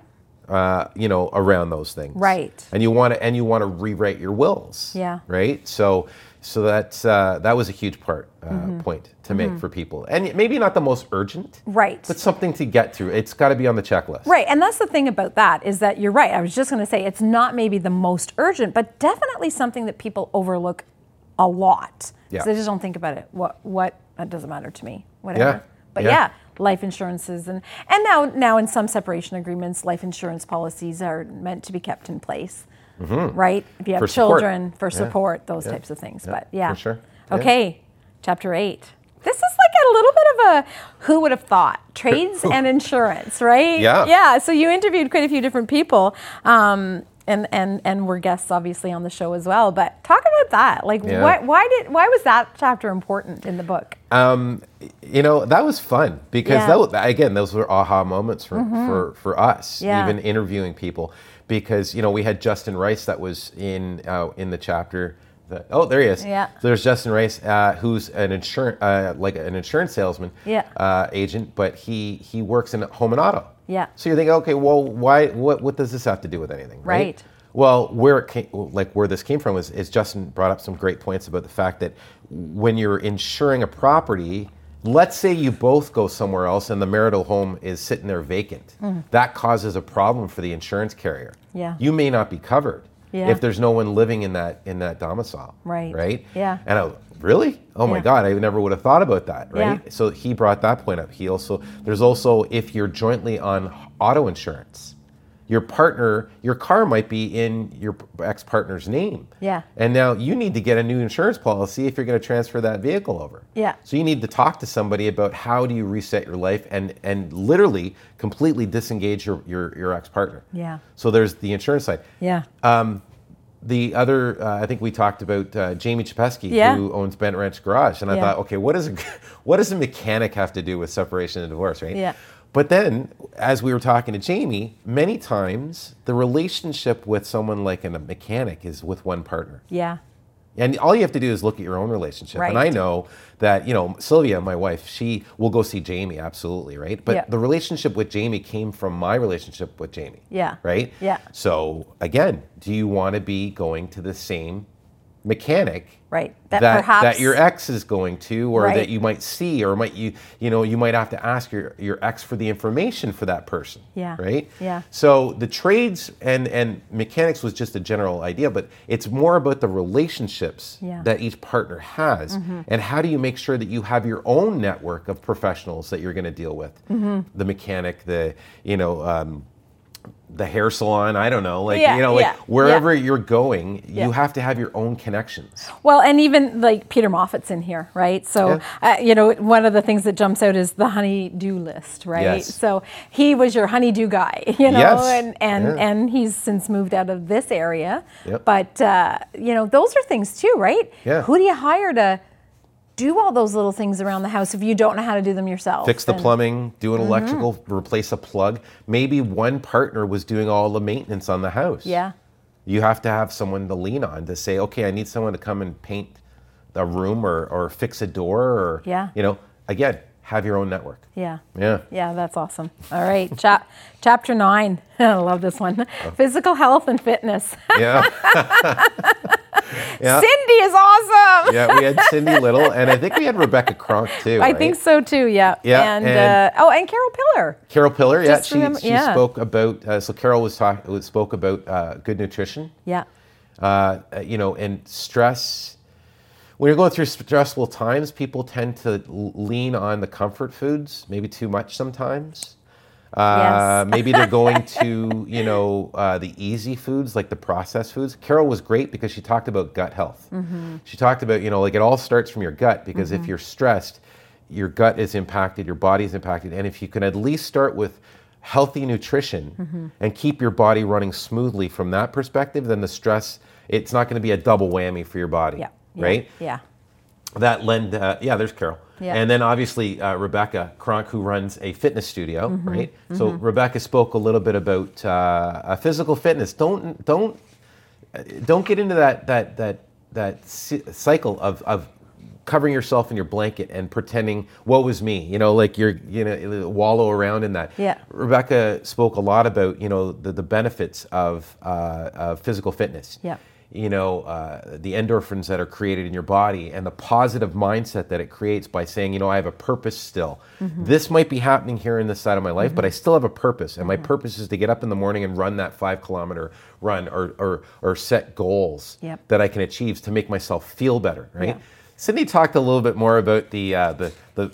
Speaker 3: uh, you know, around those things.
Speaker 2: Right.
Speaker 3: And you want to and you want to rewrite your wills.
Speaker 2: Yeah.
Speaker 3: Right. So so that's uh, that was a huge part uh, point to make for people, and maybe not the most urgent,
Speaker 2: Mm-hmm. Right.
Speaker 3: But something to get through. It's got to be on the checklist.
Speaker 2: Right, and that's the thing about that is that you're right. I was just going to say it's not maybe the most urgent, but definitely something that people overlook a lot. 'Cause
Speaker 3: Yeah.
Speaker 2: They just don't think about it. What what that doesn't matter to me. Whatever.
Speaker 3: Yeah,
Speaker 2: But
Speaker 3: yeah.
Speaker 2: yeah. life insurances and and now now in some separation agreements, life insurance policies are meant to be kept in place. Right? If you have
Speaker 3: Mm-hmm. For support.
Speaker 2: children for
Speaker 3: Yeah.
Speaker 2: support, those types of things. But yeah.
Speaker 3: for sure. Yeah.
Speaker 2: Okay. Chapter 8. This is like a little bit of a who would have thought? Trades and insurance, right?
Speaker 3: Yeah.
Speaker 2: Yeah. So you interviewed quite a few different people, um, and and and were guests obviously on the show as well. But talk about that. Like,
Speaker 3: Yeah. Uh,
Speaker 2: what? Why did? Why was that chapter important in the book?
Speaker 3: you know that was fun because
Speaker 2: Yeah. Mm-hmm.
Speaker 3: that was, again those were aha moments for for, for us
Speaker 2: Yeah.
Speaker 3: even interviewing people because you know we had Justin Rice that was in uh, in the chapter that, oh there he is
Speaker 2: Yeah.
Speaker 3: So there's Justin Rice uh, who's an insurance uh, like an insurance salesman
Speaker 2: Yeah.
Speaker 3: uh, agent but he he works in home and auto
Speaker 2: Yeah.
Speaker 3: so you think okay well why what what does this have to do with anything right,
Speaker 2: Right.
Speaker 3: Well, where it came, like where this came from is, is Justin brought up some great points about the fact that when you're insuring a property, let's say you both go somewhere else and the marital home is sitting there vacant, that causes a problem for the insurance carrier.
Speaker 2: Mm-hmm. Yeah.
Speaker 3: you may not be covered
Speaker 2: Yeah.
Speaker 3: if there's no one living in that in that domicile.
Speaker 2: Right.
Speaker 3: Right.
Speaker 2: Yeah.
Speaker 3: And I really, oh my
Speaker 2: Yeah.
Speaker 3: God, I never would have thought about that.
Speaker 2: Yeah.
Speaker 3: Right. So he brought that point up. He also there's also if you're jointly on auto insurance, your partner, your car might be in your ex partner's name.
Speaker 2: Yeah.
Speaker 3: And now you need to get a new insurance policy if you're going to transfer that vehicle over.
Speaker 2: Yeah.
Speaker 3: So you need to talk to somebody about how do you reset your life and and literally completely disengage your your, your ex partner.
Speaker 2: Yeah.
Speaker 3: So there's the insurance side
Speaker 2: Yeah.
Speaker 3: the other, uh, I think we talked about uh, Jamie Chepesky,
Speaker 2: Yeah.
Speaker 3: who owns Bent Ranch Garage, and I
Speaker 2: Yeah.
Speaker 3: thought, okay, what does a what does a mechanic have to do with separation and divorce, right?
Speaker 2: Yeah.
Speaker 3: But then, as we were talking to Jamie, many times the relationship with someone like a mechanic is with one partner.
Speaker 2: Yeah.
Speaker 3: And all you have to do is look at your own relationship. And
Speaker 2: Right.
Speaker 3: I know that, you know, Sylvia, my wife, she will go see Jamie, absolutely, right? But
Speaker 2: Yeah.
Speaker 3: the relationship with Jamie came from my relationship with Jamie.
Speaker 2: Yeah.
Speaker 3: Right?
Speaker 2: Yeah.
Speaker 3: So again, do you want to be going to the same mechanic?
Speaker 2: Right.
Speaker 3: That,
Speaker 2: That
Speaker 3: that,
Speaker 2: perhaps-
Speaker 3: your ex is going to or
Speaker 2: Right.
Speaker 3: that you might see or might you you know you might have to ask your, your ex for the information for that person
Speaker 2: Yeah.
Speaker 3: right
Speaker 2: Yeah.
Speaker 3: so the trades and, and mechanics was just a general idea, but it's more about the relationships
Speaker 2: Yeah. Mm-hmm.
Speaker 3: that each partner has. And how do you make sure that you have your own network of professionals that you're going to deal with?
Speaker 2: Mm-hmm.
Speaker 3: The mechanic, the, you know, um, the hair salon, I don't know, like,
Speaker 2: Yeah,
Speaker 3: you know, like
Speaker 2: yeah,
Speaker 3: wherever you're going,
Speaker 2: Yeah.
Speaker 3: you have to have your own connections.
Speaker 2: Well, and even like Peter Moffat's in here, right? So, uh, you know, one of the things that jumps out is the honey-do list, right?
Speaker 3: Yes.
Speaker 2: So he was your honey-do guy, you know,
Speaker 3: Yes.
Speaker 2: and and
Speaker 3: Yeah.
Speaker 2: and he's since moved out of this area.
Speaker 3: Yep.
Speaker 2: But uh, you know, those are things too, right?
Speaker 3: Yeah.
Speaker 2: Who do you hire to do all those little things around the house if you don't know how to do them yourself?
Speaker 3: Fix the
Speaker 2: And-
Speaker 3: plumbing, do
Speaker 2: Mm-hmm.
Speaker 3: an electrical, replace a plug. Maybe one partner was doing all the maintenance on the house.
Speaker 2: Yeah.
Speaker 3: You have to have someone to lean on to say, okay, I need someone to come and paint a room or, or fix a door or,
Speaker 2: Yeah.
Speaker 3: you know, again, have your own network.
Speaker 2: Yeah.
Speaker 3: Yeah.
Speaker 2: Yeah, that's awesome. All right, chap- chapter nine. I love this one.
Speaker 3: Oh.
Speaker 2: Physical health and fitness.
Speaker 3: Yeah. yeah.
Speaker 2: Cindy is awesome.
Speaker 3: yeah. We had Cindy Little and I think we had Rebecca Cronk too.
Speaker 2: I
Speaker 3: right?
Speaker 2: think so too. Yeah.
Speaker 3: Yeah,
Speaker 2: And,
Speaker 3: and-
Speaker 2: uh, oh, and Carol Pillar.
Speaker 3: Carol Pillar, yeah,
Speaker 2: Just
Speaker 3: she,
Speaker 2: remember-
Speaker 3: she
Speaker 2: yeah.
Speaker 3: spoke about, uh, so Carol was talk, was- spoke about uh, good nutrition.
Speaker 2: Yeah.
Speaker 3: uh, you know, and stress. When you're going through stressful times, people tend to l- lean on the comfort foods, maybe too much sometimes. Uh,
Speaker 2: Yes.
Speaker 3: maybe they're going to, you know, uh, the easy foods like the processed foods. Carol was great because she talked about gut health.
Speaker 2: Mm-hmm.
Speaker 3: She talked about, you know, like it all starts from your gut because if you're stressed, your gut is impacted, your body is impacted. And if you can at least start with healthy nutrition
Speaker 2: Mm-hmm.
Speaker 3: and keep your body running smoothly from that perspective, then the stress, it's not going to be a double whammy for your body.
Speaker 2: Yeah. yeah,
Speaker 3: Right?
Speaker 2: Yeah.
Speaker 3: that lend uh, yeah there's carol
Speaker 2: Yeah.
Speaker 3: and then obviously uh, rebecca cronk who runs a fitness studio
Speaker 2: Mm-hmm.
Speaker 3: right so rebecca spoke a little bit about uh, uh, physical fitness don't don't uh, don't get into that that that that ci- cycle of of covering yourself in your blanket and pretending woe is me you know like you're you know wallow around in that
Speaker 2: Yeah.
Speaker 3: rebecca spoke a lot about you know the, the benefits of uh, of physical fitness
Speaker 2: Yeah.
Speaker 3: you know, uh, the endorphins that are created in your body and the positive mindset that it creates by saying, you know, I have a purpose still.
Speaker 2: Mm-hmm.
Speaker 3: This might be happening here in this side of my life, but I still have a purpose. And my
Speaker 2: Mm-hmm.
Speaker 3: purpose is to get up in the morning and run that five kilometer run or, or, or set goals
Speaker 2: Yep.
Speaker 3: that I can achieve to make myself feel better, right?
Speaker 2: Yeah.
Speaker 3: Cindy talked a little bit more about the, uh, the, the,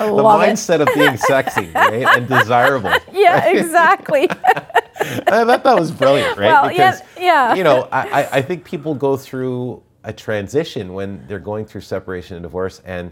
Speaker 2: I
Speaker 3: the
Speaker 2: love it.
Speaker 3: mindset of being sexy right? and desirable.
Speaker 2: Yeah, exactly.
Speaker 3: I thought Uh, that was brilliant, right?
Speaker 2: Well, yeah, yeah.
Speaker 3: You know, I, I- I think people go through a transition when they're going through separation and divorce, and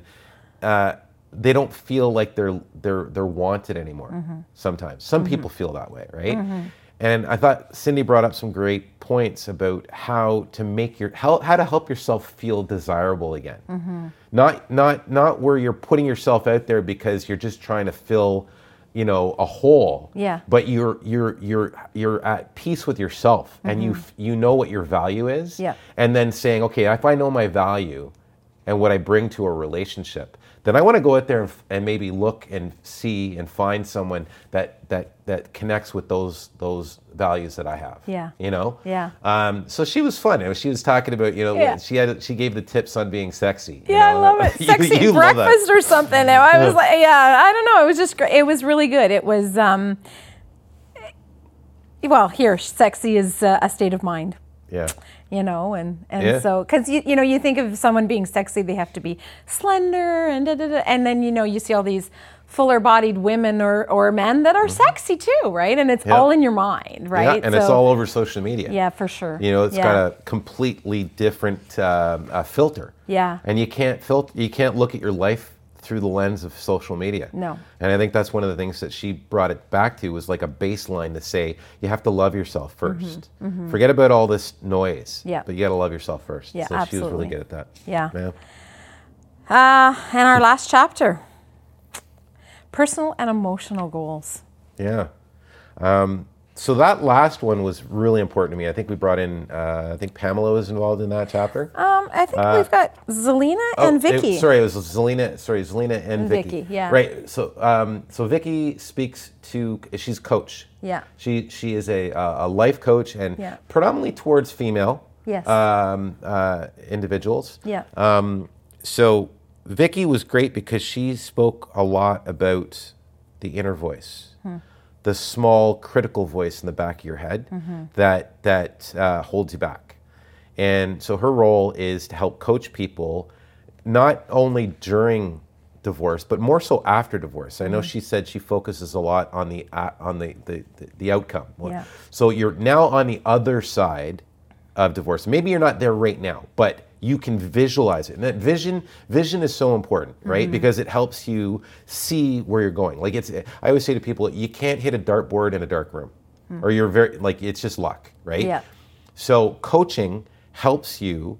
Speaker 3: uh, they don't feel like they're they're they're wanted anymore.
Speaker 2: Mm-hmm.
Speaker 3: Sometimes some people feel that way, right? And I thought Cindy brought up some great points about how to make your how, how to help yourself feel desirable again.
Speaker 2: Mm-hmm.
Speaker 3: Not not not where you're putting yourself out there because you're just trying to fill, you know, a hole
Speaker 2: Yeah.
Speaker 3: but you're you're you're you're at peace with yourself and you f- you know what your value is
Speaker 2: Mm-hmm. Yeah.
Speaker 3: and then saying okay if i know my value and what i bring to a relationship then i want to go out there and, f- and maybe look and see and find someone that that that connects with those those values that i have
Speaker 2: Yeah.
Speaker 3: you know
Speaker 2: Yeah.
Speaker 3: um, so she was fun And she was talking about you know
Speaker 2: Yeah.
Speaker 3: she had she gave the tips on being sexy you
Speaker 2: Yeah, I
Speaker 3: know?
Speaker 2: love it.
Speaker 3: You-
Speaker 2: Sexy
Speaker 3: you love that.
Speaker 2: breakfast or something. And I was like, yeah, I don't know. It was just great. It was really good. It was, um, well, here, sexy is uh, a state of mind.
Speaker 3: yeah
Speaker 2: you know, and and
Speaker 3: Yeah.
Speaker 2: so because you you know you think of someone being sexy, they have to be slender and da, da, da, and then you know you see all these fuller-bodied women or or men that are sexy too, right? And it's
Speaker 3: Mm-hmm. Yeah.
Speaker 2: all in your mind,
Speaker 3: Yeah,
Speaker 2: right?
Speaker 3: and it's
Speaker 2: So-
Speaker 3: all over social media.
Speaker 2: Yeah, for sure.
Speaker 3: You know, it's
Speaker 2: Yeah.
Speaker 3: got a completely different um, uh, filter.
Speaker 2: Yeah.
Speaker 3: And you can't filter. You can't look at your life through the lens of social media.
Speaker 2: No.
Speaker 3: And I think that's one of the things that she brought it back to was like a baseline to say you have to love yourself 1st Forget about all this noise.
Speaker 2: Mm-hmm. Yeah.
Speaker 3: But you got to love yourself first.
Speaker 2: Yeah,
Speaker 3: so she was
Speaker 2: absolutely.
Speaker 3: really good at that.
Speaker 2: Yeah.
Speaker 3: Yeah.
Speaker 2: Uh, and our last chapter personal and emotional goals.
Speaker 3: Yeah. Um, so that last one was really important to me. I think we brought in. Uh, I think Pamela was involved in that chapter.
Speaker 2: Um, I think we've got Zelina and
Speaker 3: Uh, Oh, it-
Speaker 2: Vicky.
Speaker 3: sorry, it was Zelina. Sorry, Zelina and, Vicky.
Speaker 2: Vicky, yeah.
Speaker 3: Right. So, um, so Vicky speaks to. She's coach.
Speaker 2: Yeah.
Speaker 3: She she is a uh, a life coach and
Speaker 2: Yeah.
Speaker 3: predominantly towards female.
Speaker 2: Yes.
Speaker 3: Um, uh, individuals.
Speaker 2: Yeah.
Speaker 3: Um, so Vicky was great because she spoke a lot about the inner voice, the small critical voice in the back of your head that that uh, holds you back. And so her role is to help coach people, not only during divorce, but more so after divorce. I know she said she focuses a lot on the a on the the, the, the outcome. Well,
Speaker 2: Yeah.
Speaker 3: So you're now on the other side of divorce. Maybe you're not there right now, but you can visualize it. And that vision vision is so important, right? Because it helps you see where you're going. Like it's I always say to people, you can't hit a dartboard in a dark room. Or you're very like it's just luck, right?
Speaker 2: Yeah.
Speaker 3: So coaching helps you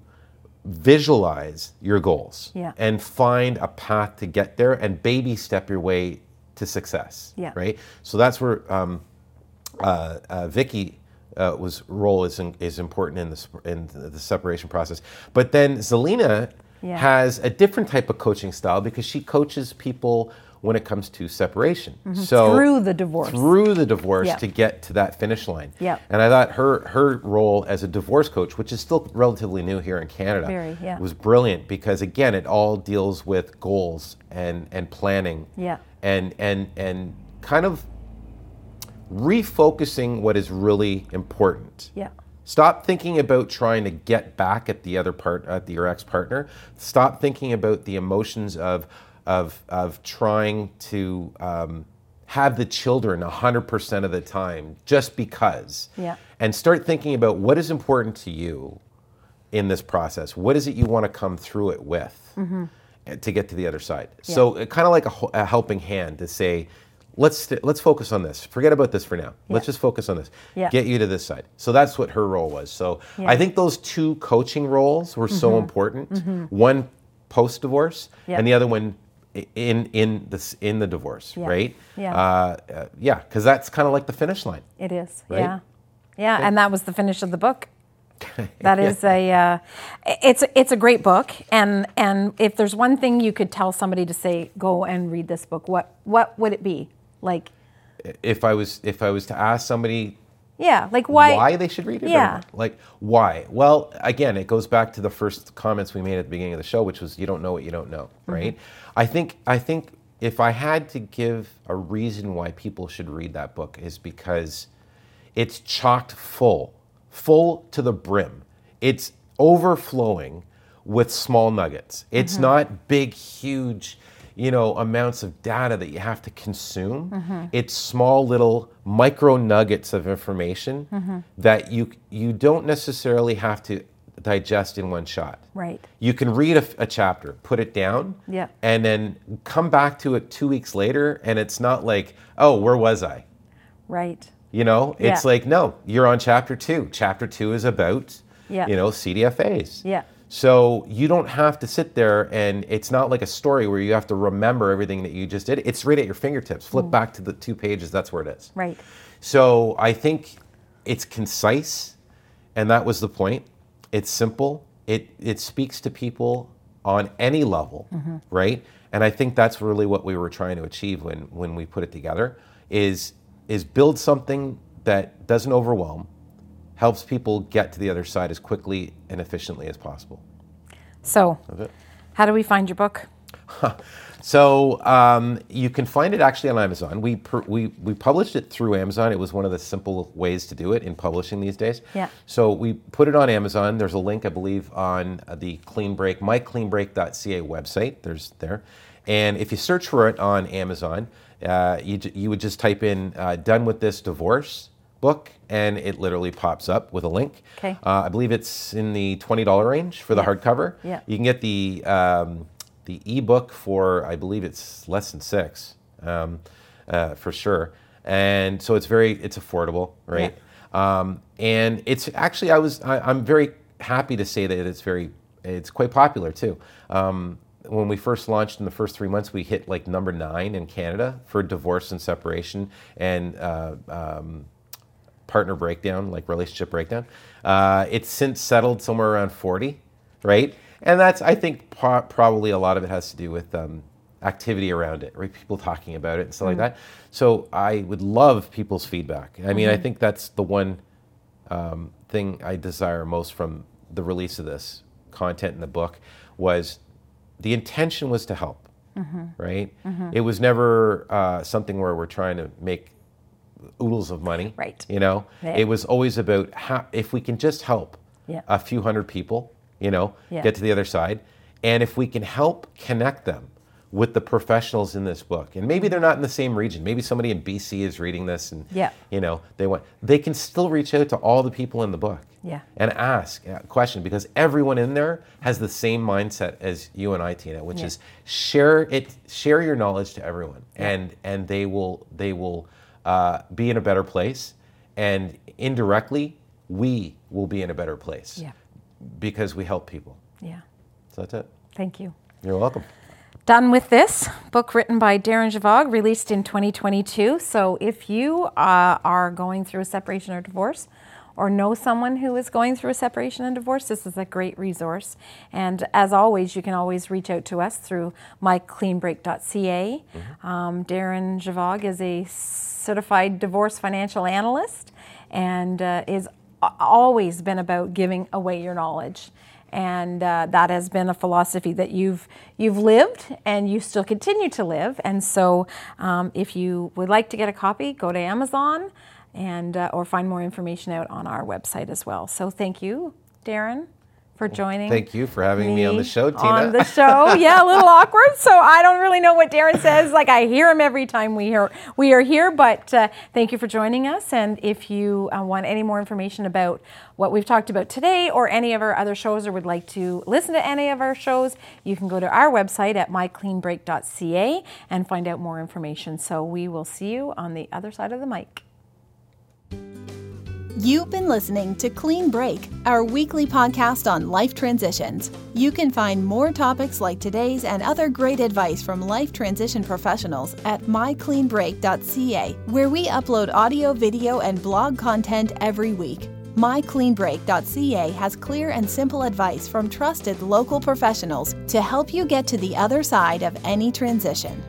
Speaker 3: visualize your goals
Speaker 2: Yeah.
Speaker 3: and find a path to get there and baby step your way to success.
Speaker 2: Yeah.
Speaker 3: Right. So that's where um, uh, uh, Vicky uh, was role is in, is important in the sp- in the separation process. But then Zelina
Speaker 2: Yeah.
Speaker 3: has a different type of coaching style because she coaches people when it comes to separation. So
Speaker 2: Mm-hmm. Through the divorce.
Speaker 3: through the divorce
Speaker 2: Yeah.
Speaker 3: to get to that finish line.
Speaker 2: Yeah.
Speaker 3: And I thought her her role as a divorce coach, which is still relatively new here in Canada,
Speaker 2: Very, yeah.
Speaker 3: was brilliant because again, it all deals with goals and and planning.
Speaker 2: Yeah.
Speaker 3: And and and kind of refocusing what is really important.
Speaker 2: yeah.
Speaker 3: Stop thinking about trying to get back at the other part at the- your ex partner. Stop thinking about the emotions of of of trying to um, have the children hundred percent of the time just because.
Speaker 2: Yeah.
Speaker 3: And start thinking about what is important to you in this process. What is it you want to come through it with eh, to get to the other side? So kind of like a, ho- a helping hand to say. Let's st- let's focus on this. Forget about this for now. Let's
Speaker 2: Yeah.
Speaker 3: just focus on this.
Speaker 2: Yeah.
Speaker 3: Get you to this side. So that's what her role was. So
Speaker 2: Yeah. Mm-hmm.
Speaker 3: I think those two coaching roles were so important. One post divorce,
Speaker 2: Yeah.
Speaker 3: and the other one i- in in this in the divorce,
Speaker 2: Yeah.
Speaker 3: right?
Speaker 2: Yeah.
Speaker 3: Uh, uh, yeah, because that's kind of like the finish line.
Speaker 2: It is.
Speaker 3: Right?
Speaker 2: Yeah. Yeah, and that was the finish of the book. That is a uh, it's it's a great book and and if there's one thing you could tell somebody to say go and read this book what what would it be? Like
Speaker 3: If I was if I was to ask somebody
Speaker 2: yeah, like why
Speaker 3: why they should read it. or
Speaker 2: Yeah.
Speaker 3: not. Like why? Well, again, it goes back to the first comments we made at the beginning of the show, which was you don't know what you don't know,
Speaker 2: Mm-hmm.
Speaker 3: right? I think I think if I had to give a reason why people should read that book is because it's chocked full, full to the brim. It's overflowing with small nuggets. It's
Speaker 2: Mm-hmm.
Speaker 3: not big, huge, you know, amounts of data that you have to consume.
Speaker 2: Mm-hmm.
Speaker 3: It's small little micro nuggets of information
Speaker 2: Mm-hmm.
Speaker 3: that you you don't necessarily have to digest in one shot.
Speaker 2: Right.
Speaker 3: You can read a, a chapter, put it down,
Speaker 2: Yeah.
Speaker 3: and then come back to it two weeks later, and it's not like, oh, where was I?
Speaker 2: Right.
Speaker 3: You know, it's
Speaker 2: Yeah.
Speaker 3: like, no, you're on chapter two. Chapter two is about,
Speaker 2: Yeah.
Speaker 3: you know, CDFAs.
Speaker 2: Yeah.
Speaker 3: So you don't have to sit there and it's not like a story where you have to remember everything that you just did. It's right at your fingertips. Flip back to the two pages, that's where it is.
Speaker 2: Right.
Speaker 3: So I think it's concise, and that was the point. It's simple. It it speaks to people on any level, right? And I think that's really what we were trying to achieve when when we put it together is is build something that doesn't overwhelm, helps people get to the other side as quickly and efficiently as possible.
Speaker 2: So how do we find your book?
Speaker 3: So um, you can find it actually on Amazon. We, pr- we we published it through Amazon. It was one of the simple ways to do it in publishing these days.
Speaker 2: Yeah.
Speaker 3: So we put it on Amazon. There's a link, I believe, on uh, the Clean Break, mycleanbreak.ca website. There's there, and if you search for it on Amazon, uh, you ju- you would just type in uh, "done with this divorce" book, and it literally pops up with a link.
Speaker 2: Okay.
Speaker 3: Uh, I believe it's in the twenty dollar range for the hardcover.
Speaker 2: Yeah.
Speaker 3: You can get the um, the the ebook for I believe it's lesson six um, uh, for sure, and so it's very it's affordable, right? Um, and it's actually I was I, I'm very happy to say that it's very it's quite popular too. Um, when we first launched in the first three months, we hit like number nine in Canada for divorce and separation and uh, um, partner breakdown, like relationship breakdown. Uh, it's since settled somewhere around 40, right? And that's, I think, po- probably a lot of it has to do with um, activity around it, right? People talking about it and stuff like that. So I would love people's feedback. I mean, I think that's the one um, thing I desire most from the release of this content in the book was the intention was to help, right? It was never uh, something where we're trying to make oodles of money,
Speaker 2: Right.
Speaker 3: You know,
Speaker 2: Yeah.
Speaker 3: it was always about how if we can just help
Speaker 2: Yeah.
Speaker 3: a few hundred people, you know,
Speaker 2: Yeah.
Speaker 3: get to the other side, and if we can help connect them with the professionals in this book, and maybe they're not in the same region, maybe somebody in BC is reading this, and
Speaker 2: Yeah.
Speaker 3: you know, they want they can still reach out to all the people in the book,
Speaker 2: Yeah.
Speaker 3: and ask a question because everyone in there has the same mindset as you and I, Tina, which
Speaker 2: Yeah.
Speaker 3: is share it, share your knowledge to everyone, and and they will they will uh, be in a better place, and indirectly we will be in a better place
Speaker 2: Yeah.
Speaker 3: because we help people.
Speaker 2: Yeah.
Speaker 3: So that's it.
Speaker 2: Thank you.
Speaker 3: You're welcome.
Speaker 2: Done with this book written by Darren Javog, released in 2022. So if you uh, are going through a separation or divorce, or know someone who is going through a separation and divorce, this is a great resource. And as always, you can always reach out to us through mycleanbreak.ca. Um, Darren Javog is a certified divorce financial analyst and uh, is a- always been about giving away your knowledge and uh, that has been a philosophy that you've you've lived and you still continue to live. And so, um, if you would like to get a copy, go to Amazon and uh, or find more information out on our website as well. So, thank you, Darren, for joining.
Speaker 3: Thank you for having me, on the show, Tina.
Speaker 2: On the show, yeah, a little awkward. So I don't really know what Darren says. Like I hear him every time we hear we are here. But uh, thank you for joining us. And if you uh, want any more information about what we've talked about today, or any of our other shows, or would like to listen to any of our shows, you can go to our website at mycleanbreak.ca and find out more information. So we will see you on the other side of the mic.
Speaker 1: You've been listening to Clean Break, our weekly podcast on life transitions. You can find more topics like today's and other great advice from life transition professionals at mycleanbreak.ca, where we upload audio, video, and blog content every week. MyCleanBreak.ca has clear and simple advice from trusted local professionals to help you get to the other side of any transition.